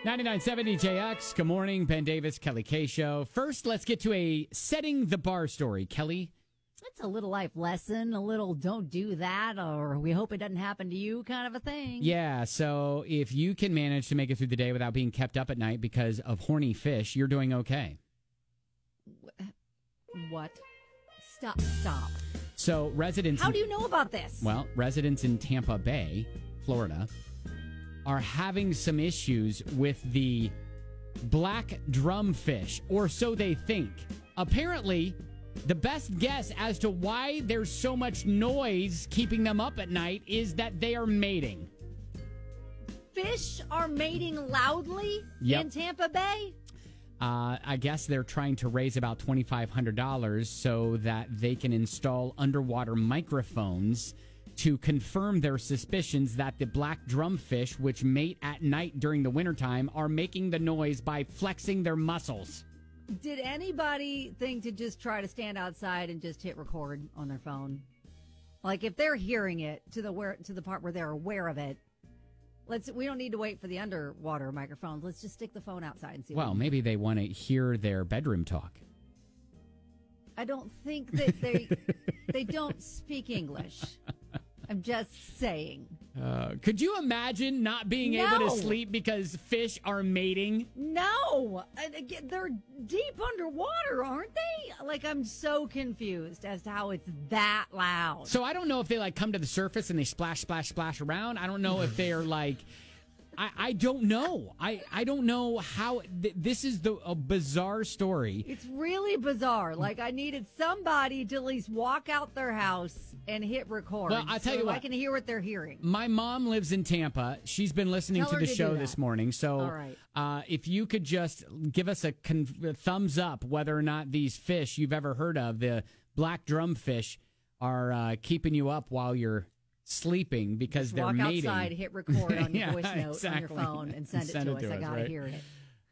Speaker 1: 9970 JX. Good morning. Ben Davis, Kelly K Show. First, let's get to a setting the bar story. Kelly,
Speaker 2: That's a little life lesson, a little don't do that, or we hope it doesn't happen to you kind of a thing.
Speaker 1: Yeah, so if you can manage to make it through the day without being kept up at night because of horny fish, you're doing okay.
Speaker 2: What? Stop, stop.
Speaker 1: So residents
Speaker 2: How
Speaker 1: in-
Speaker 2: do you know about this?
Speaker 1: Well, residents in Tampa Bay, Florida, are having some issues with the black drumfish, or so they think. Apparently, the best guess as to why there's so much noise keeping them up at night is that they are mating.
Speaker 2: Fish are mating loudly
Speaker 1: Yep.
Speaker 2: in Tampa Bay?
Speaker 1: Uh, I guess they're trying to raise about $2,500 so that they can install underwater microphones to confirm their suspicions that the black drumfish, which mate at night during the wintertime, are making the noise by flexing their muscles.
Speaker 2: Did anybody think to just try to stand outside and just hit record on their phone? Like if they're hearing it to the where to the part where they're aware of it, let's we don't need to wait for the underwater microphones. Let's just stick the phone outside and see. what-
Speaker 1: Well, maybe they want to hear their bedroom talk.
Speaker 2: I don't think that they they don't speak English. I'm just saying.
Speaker 1: Uh, could you imagine not being able
Speaker 2: No.
Speaker 1: to sleep because fish are mating?
Speaker 2: No, And again, they're deep underwater, aren't they? Like I'm so confused as to how it's that loud.
Speaker 1: So I don't know if they like come to the surface and they splash, splash, splash around. I don't know
Speaker 2: [LAUGHS]
Speaker 1: if they're like, I, I don't know. I, I don't know how th- this is the a bizarre story.
Speaker 2: It's really bizarre. Like I needed somebody to at least walk out their house and hit record.
Speaker 1: Well, I'll tell
Speaker 2: so
Speaker 1: you
Speaker 2: I
Speaker 1: what.
Speaker 2: can hear what they're hearing.
Speaker 1: My mom lives in Tampa. She's been listening
Speaker 2: Tell
Speaker 1: to
Speaker 2: her
Speaker 1: the
Speaker 2: to do
Speaker 1: show
Speaker 2: that.
Speaker 1: this morning. So
Speaker 2: All right.
Speaker 1: uh, if you could just give us a, con- a thumbs up whether or not these fish you've ever heard of, the black drumfish, are uh, keeping you up while you're sleeping because they're
Speaker 2: walk
Speaker 1: mating.
Speaker 2: outside, hit record on your
Speaker 1: [LAUGHS] Yeah,
Speaker 2: voice note on
Speaker 1: exactly.
Speaker 2: your phone, and send, it to us. I gotta
Speaker 1: right?
Speaker 2: hear it.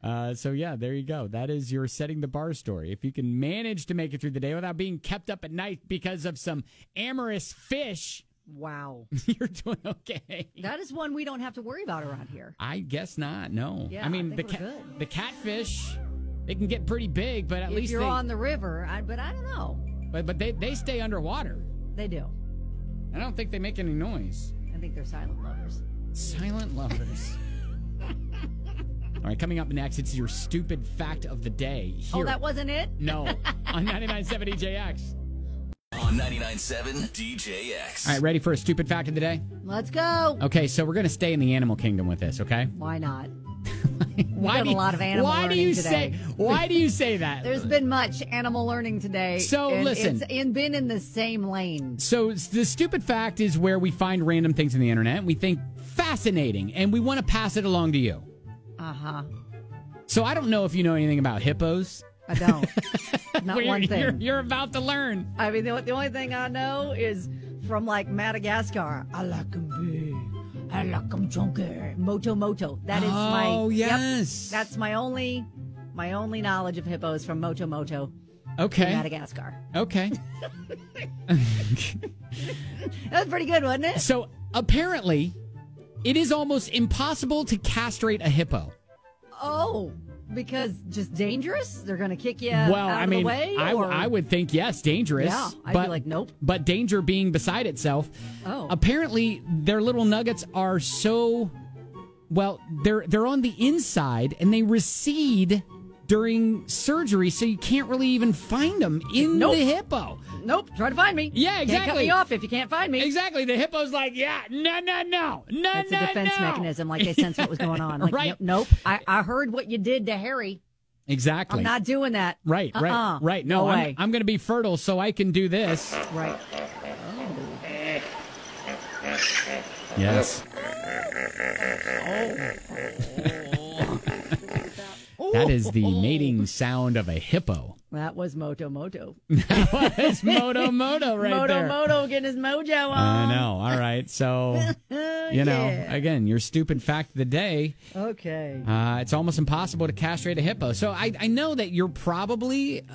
Speaker 1: Uh, so yeah, there you go. That is your setting the bar story. If you can manage to make it through the day without being kept up at night because of some amorous fish, [LAUGHS]
Speaker 2: wow,
Speaker 1: you're doing okay.
Speaker 2: That is one we don't have to worry about around here.
Speaker 1: I guess not. No,
Speaker 2: Yeah,
Speaker 1: I mean
Speaker 2: I
Speaker 1: the
Speaker 2: think we're good.
Speaker 1: the catfish, they can get pretty big, but at
Speaker 2: if
Speaker 1: least
Speaker 2: you're
Speaker 1: they,
Speaker 2: on the river, I, but I don't know.
Speaker 1: but but they they stay underwater.
Speaker 2: They do.
Speaker 1: I don't think they make any noise.
Speaker 2: I think they're silent lovers. [LAUGHS]
Speaker 1: Silent lovers. All right, coming up next, it's your stupid fact of the day.
Speaker 2: Oh,
Speaker 1: Here.
Speaker 2: that wasn't it.
Speaker 1: no on 99.70 JX.
Speaker 4: On 99.7 DJX.
Speaker 1: All right, ready for a stupid fact of the day?
Speaker 2: Let's go.
Speaker 1: Okay, so we're going to stay in the animal kingdom with this, okay?
Speaker 2: Why not?
Speaker 1: Why
Speaker 2: Done a
Speaker 1: do
Speaker 2: lot of animal
Speaker 1: Why do
Speaker 2: learning
Speaker 1: you
Speaker 2: today.
Speaker 1: say [LAUGHS] Why do you say that?
Speaker 2: There's been much animal learning today.
Speaker 1: So,
Speaker 2: and
Speaker 1: listen.
Speaker 2: it's in, been in the same lane.
Speaker 1: So s- the stupid fact is where we find random things in the internet and we think fascinating and we want to pass it along to you.
Speaker 2: Uh huh.
Speaker 1: So I don't know if you know anything about hippos.
Speaker 2: I
Speaker 1: [LAUGHS]
Speaker 2: don't. Not
Speaker 1: Well,
Speaker 2: one
Speaker 1: you're-
Speaker 2: thing.
Speaker 1: You're, you're about to learn.
Speaker 2: I mean, the, the only thing I know is from like Madagascar. I like 'em big. I like 'em chunky. Moto moto. That is my.
Speaker 1: Oh,
Speaker 2: yep.
Speaker 1: yes.
Speaker 2: that's my only, my only knowledge of hippos from Moto moto.
Speaker 1: Okay.
Speaker 2: in Madagascar.
Speaker 1: Okay.
Speaker 2: That was pretty good, wasn't it?
Speaker 1: So apparently, it is almost impossible to castrate a hippo.
Speaker 2: Oh, because just dangerous. They're gonna kick you.
Speaker 1: well,
Speaker 2: out of
Speaker 1: I mean,
Speaker 2: the way,
Speaker 1: I,
Speaker 2: or-
Speaker 1: I would think yes, dangerous.
Speaker 2: Yeah, I'd be like, nope.
Speaker 1: But danger being beside itself.
Speaker 2: Oh.
Speaker 1: Apparently, their little nuggets are so well. They're they're on the inside and they recede during surgery, so you can't really even find them in
Speaker 2: Nope.
Speaker 1: the hippo.
Speaker 2: Nope. Try to find me.
Speaker 1: Yeah,
Speaker 2: Can't cut
Speaker 1: exactly.
Speaker 2: me off if you can't find me.
Speaker 1: Exactly. The hippo's like, yeah, no, no, no, no,
Speaker 2: That's
Speaker 1: no,
Speaker 2: a defense
Speaker 1: no.
Speaker 2: mechanism. Like they sense what was
Speaker 1: [LAUGHS]
Speaker 2: going on. Like,
Speaker 1: Right.
Speaker 2: Nope. I, I heard what you did to Harry.
Speaker 1: Exactly.
Speaker 2: I'm not doing that.
Speaker 1: Right, right,
Speaker 2: Uh-uh.
Speaker 1: right. No, I'm,
Speaker 2: way.
Speaker 1: I'm going to be fertile, so I can do this.
Speaker 2: Right.
Speaker 1: Yes. That is the mating sound of a hippo.
Speaker 2: That was Moto Moto.
Speaker 1: It's Moto Moto right
Speaker 2: Moto
Speaker 1: there.
Speaker 2: Moto getting his mojo
Speaker 1: I
Speaker 2: on.
Speaker 1: know. All right.
Speaker 2: [LAUGHS]
Speaker 1: So, you know,
Speaker 2: Yeah.
Speaker 1: again, your stupid fact of the day.
Speaker 2: Okay.
Speaker 1: Uh, it's almost impossible to castrate a hippo. So I, I know that you're probably uh,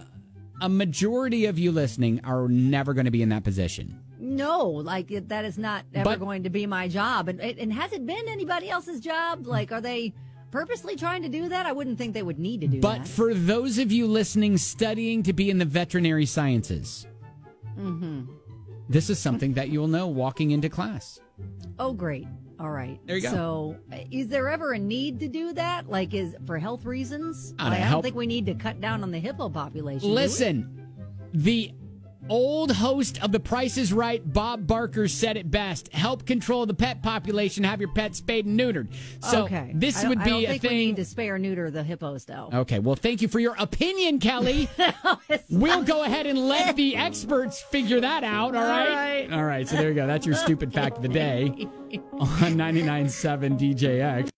Speaker 1: a majority of you listening are never going to be in that position.
Speaker 2: No, like it- that is not ever
Speaker 1: But-
Speaker 2: going to be my job. And, and has it been anybody else's job? Like, are they purposely trying to do that? I wouldn't think they would need to do
Speaker 1: But
Speaker 2: that.
Speaker 1: for those of you listening, studying to be in the veterinary sciences,
Speaker 2: Mm-hmm.
Speaker 1: this is something that you'll know walking into class.
Speaker 2: Oh, great. All right.
Speaker 1: There you go.
Speaker 2: So, uh, is there ever a need to do that? Like, is for health reasons?
Speaker 1: Ah, to
Speaker 2: Like, I don't
Speaker 1: help-
Speaker 2: think we need to cut down on the hippo population. do we?
Speaker 1: Listen, the old host of The Price is Right, Bob Barker, said it best: "Help control the pet population. Have your pets spayed and neutered." So
Speaker 2: okay. I
Speaker 1: this
Speaker 2: don't-
Speaker 1: would
Speaker 2: I don't
Speaker 1: be a
Speaker 2: think we
Speaker 1: thing.
Speaker 2: need to spay or neuter the hippos, though.
Speaker 1: Okay, well, thank you for your opinion,
Speaker 2: [LAUGHS]
Speaker 1: Kelly. we'll go ahead and let the experts figure that out, all right? All right, so there you go. That's your stupid fact of the day [LAUGHS] on 99.7 DJX.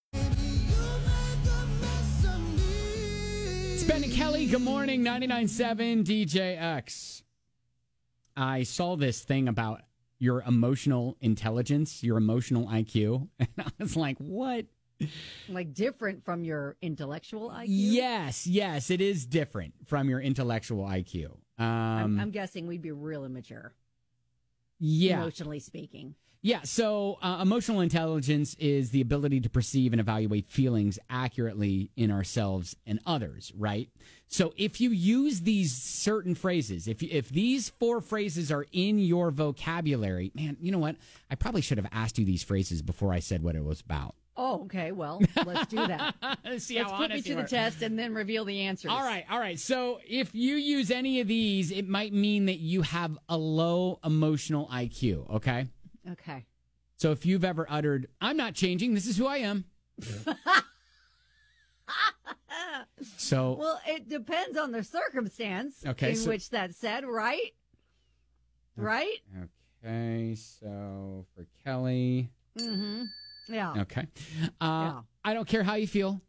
Speaker 1: It's Ben and Kelly. Good morning, 99.7 DJX. I saw this thing about your emotional intelligence, your emotional IQ, [LAUGHS] and I was like, what?
Speaker 2: Like different from your intellectual IQ.
Speaker 1: Yes, yes, it is different from your intellectual IQ. Um,
Speaker 2: I'm, I'm guessing we'd be real immature.
Speaker 1: Yeah.
Speaker 2: emotionally speaking.
Speaker 1: Yeah, so uh, emotional intelligence is the ability to perceive and evaluate feelings accurately in ourselves and others, right? So if you use these certain phrases, if if these four phrases are in your vocabulary, man, you know what? I probably should have asked you these phrases before I said what it was about.
Speaker 2: Oh, okay. Well, let's do that.
Speaker 1: [LAUGHS] See
Speaker 2: let's
Speaker 1: how
Speaker 2: put me
Speaker 1: honest
Speaker 2: to
Speaker 1: you
Speaker 2: the
Speaker 1: are.
Speaker 2: test and then reveal the answers.
Speaker 1: All right, all right. So if you use any of these, it might mean that you have a low emotional IQ, okay?
Speaker 2: Okay.
Speaker 1: So if you've ever uttered, I'm not changing, this is who I am. so
Speaker 2: Uh, Well, it depends on the circumstance
Speaker 1: Okay,
Speaker 2: in
Speaker 1: so- Oh.
Speaker 2: which that's said, right? Right?
Speaker 1: Okay, so for Kelly.
Speaker 2: Mm-hmm. Yeah.
Speaker 1: Okay. Uh, I don't care how you feel.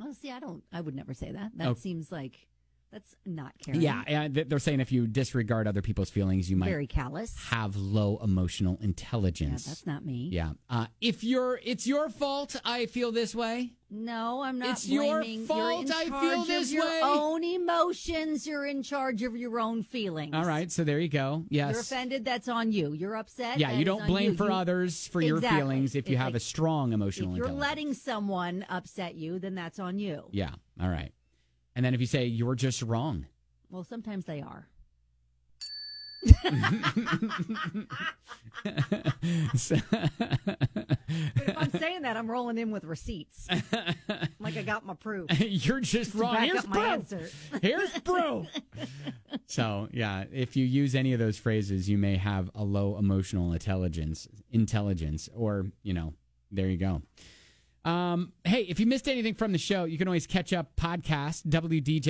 Speaker 2: Well, see, I don't. I would never say that. That
Speaker 1: Oh.
Speaker 2: seems like that's not caring.
Speaker 1: Yeah, and th- they're saying if you disregard other people's feelings, you might
Speaker 2: very callous.
Speaker 1: have low emotional
Speaker 2: Yeah,
Speaker 1: intelligence.
Speaker 2: that's not me.
Speaker 1: Yeah. Uh, if you're, it's your fault. I feel this way.
Speaker 2: No, I'm not.
Speaker 1: It's your
Speaker 2: blaming.
Speaker 1: fault
Speaker 2: You're
Speaker 1: I
Speaker 2: in
Speaker 1: feel
Speaker 2: charge
Speaker 1: this
Speaker 2: of your
Speaker 1: way.
Speaker 2: Own emotions. You're in charge of your own feelings.
Speaker 1: All right. So there you go.
Speaker 2: You're
Speaker 1: Yes.
Speaker 2: offended. That's on you. You're upset.
Speaker 1: Yeah.
Speaker 2: that
Speaker 1: You
Speaker 2: is
Speaker 1: don't
Speaker 2: on
Speaker 1: blame
Speaker 2: you.
Speaker 1: for
Speaker 2: You-
Speaker 1: others for your
Speaker 2: Exactly.
Speaker 1: feelings if you
Speaker 2: It's
Speaker 1: have
Speaker 2: like,
Speaker 1: a strong
Speaker 2: If
Speaker 1: emotional
Speaker 2: you're
Speaker 1: intelligence.
Speaker 2: letting someone upset you, then that's on you.
Speaker 1: yeah. All right. And then if you say you're
Speaker 2: [LAUGHS]
Speaker 1: just wrong, [LAUGHS]
Speaker 2: Well, sometimes they are.
Speaker 1: So-
Speaker 2: But if I'm saying that, I'm rolling in with
Speaker 1: [LAUGHS]
Speaker 2: receipts. like I got my proof.
Speaker 1: you're just
Speaker 2: To
Speaker 1: wrong.
Speaker 2: back
Speaker 1: Here's
Speaker 2: up my
Speaker 1: proof.
Speaker 2: answer.
Speaker 1: [LAUGHS] Here's
Speaker 2: [LAUGHS]
Speaker 1: proof. So yeah, if you use any of those phrases, you may have a low emotional intelligence, intelligence, or you know, there you go. Um, hey, if you missed anything from the show, you can always catch up podcast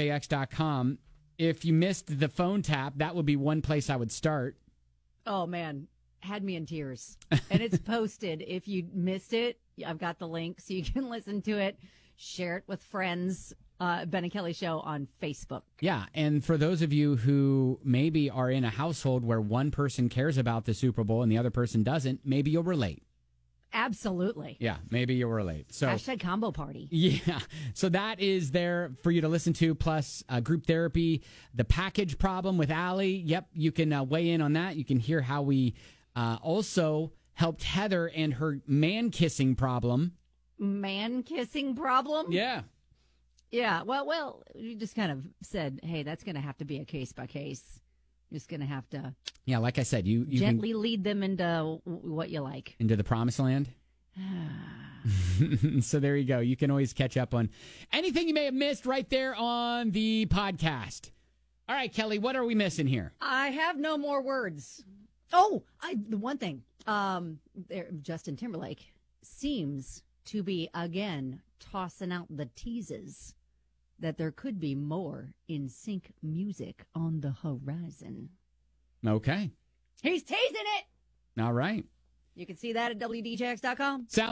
Speaker 1: wdjx.com. If you missed the phone tap, that would be one place I would start.
Speaker 2: Oh man, had me in tears. And
Speaker 1: [LAUGHS]
Speaker 2: it's posted. if you missed it, I've got the link so you can [LAUGHS] listen to it. Share it with friends. Uh, ben and Kelly Show on Facebook.
Speaker 1: Yeah, and for those of you who maybe are in a household where one person cares about the Super Bowl and the other person doesn't, maybe you'll relate.
Speaker 2: Absolutely.
Speaker 1: Yeah, maybe you'll relate. So
Speaker 2: Hashtag combo party.
Speaker 1: [LAUGHS] Yeah. So that is there for you to listen to, plus uh, group therapy, the package problem with Allie. Yep. You can uh, weigh in on that. You can hear how we uh, also helped Heather and her man kissing problem.
Speaker 2: Man kissing problem.
Speaker 1: Yeah.
Speaker 2: Yeah. Well, well, you just kind of said, hey, that's going to have to be a case by case. You're just going to have to
Speaker 1: Yeah. Like I said, you, you can
Speaker 2: gently lead them into w- what you
Speaker 1: [SIGHS]
Speaker 2: like. [SIGHS]
Speaker 1: [LAUGHS] into the promised land. [LAUGHS] so there you go. You can always catch up on anything you may have missed right there on the podcast. All right, Kelly, what are we missing here?
Speaker 2: I have no more words. Oh, I the one thing. Um, there, Justin Timberlake seems to be again tossing out the teases that there could be more in sync music on the horizon.
Speaker 1: Okay.
Speaker 2: He's teasing it.
Speaker 1: All right.
Speaker 2: You can see that at wdjx.com.
Speaker 1: Sal-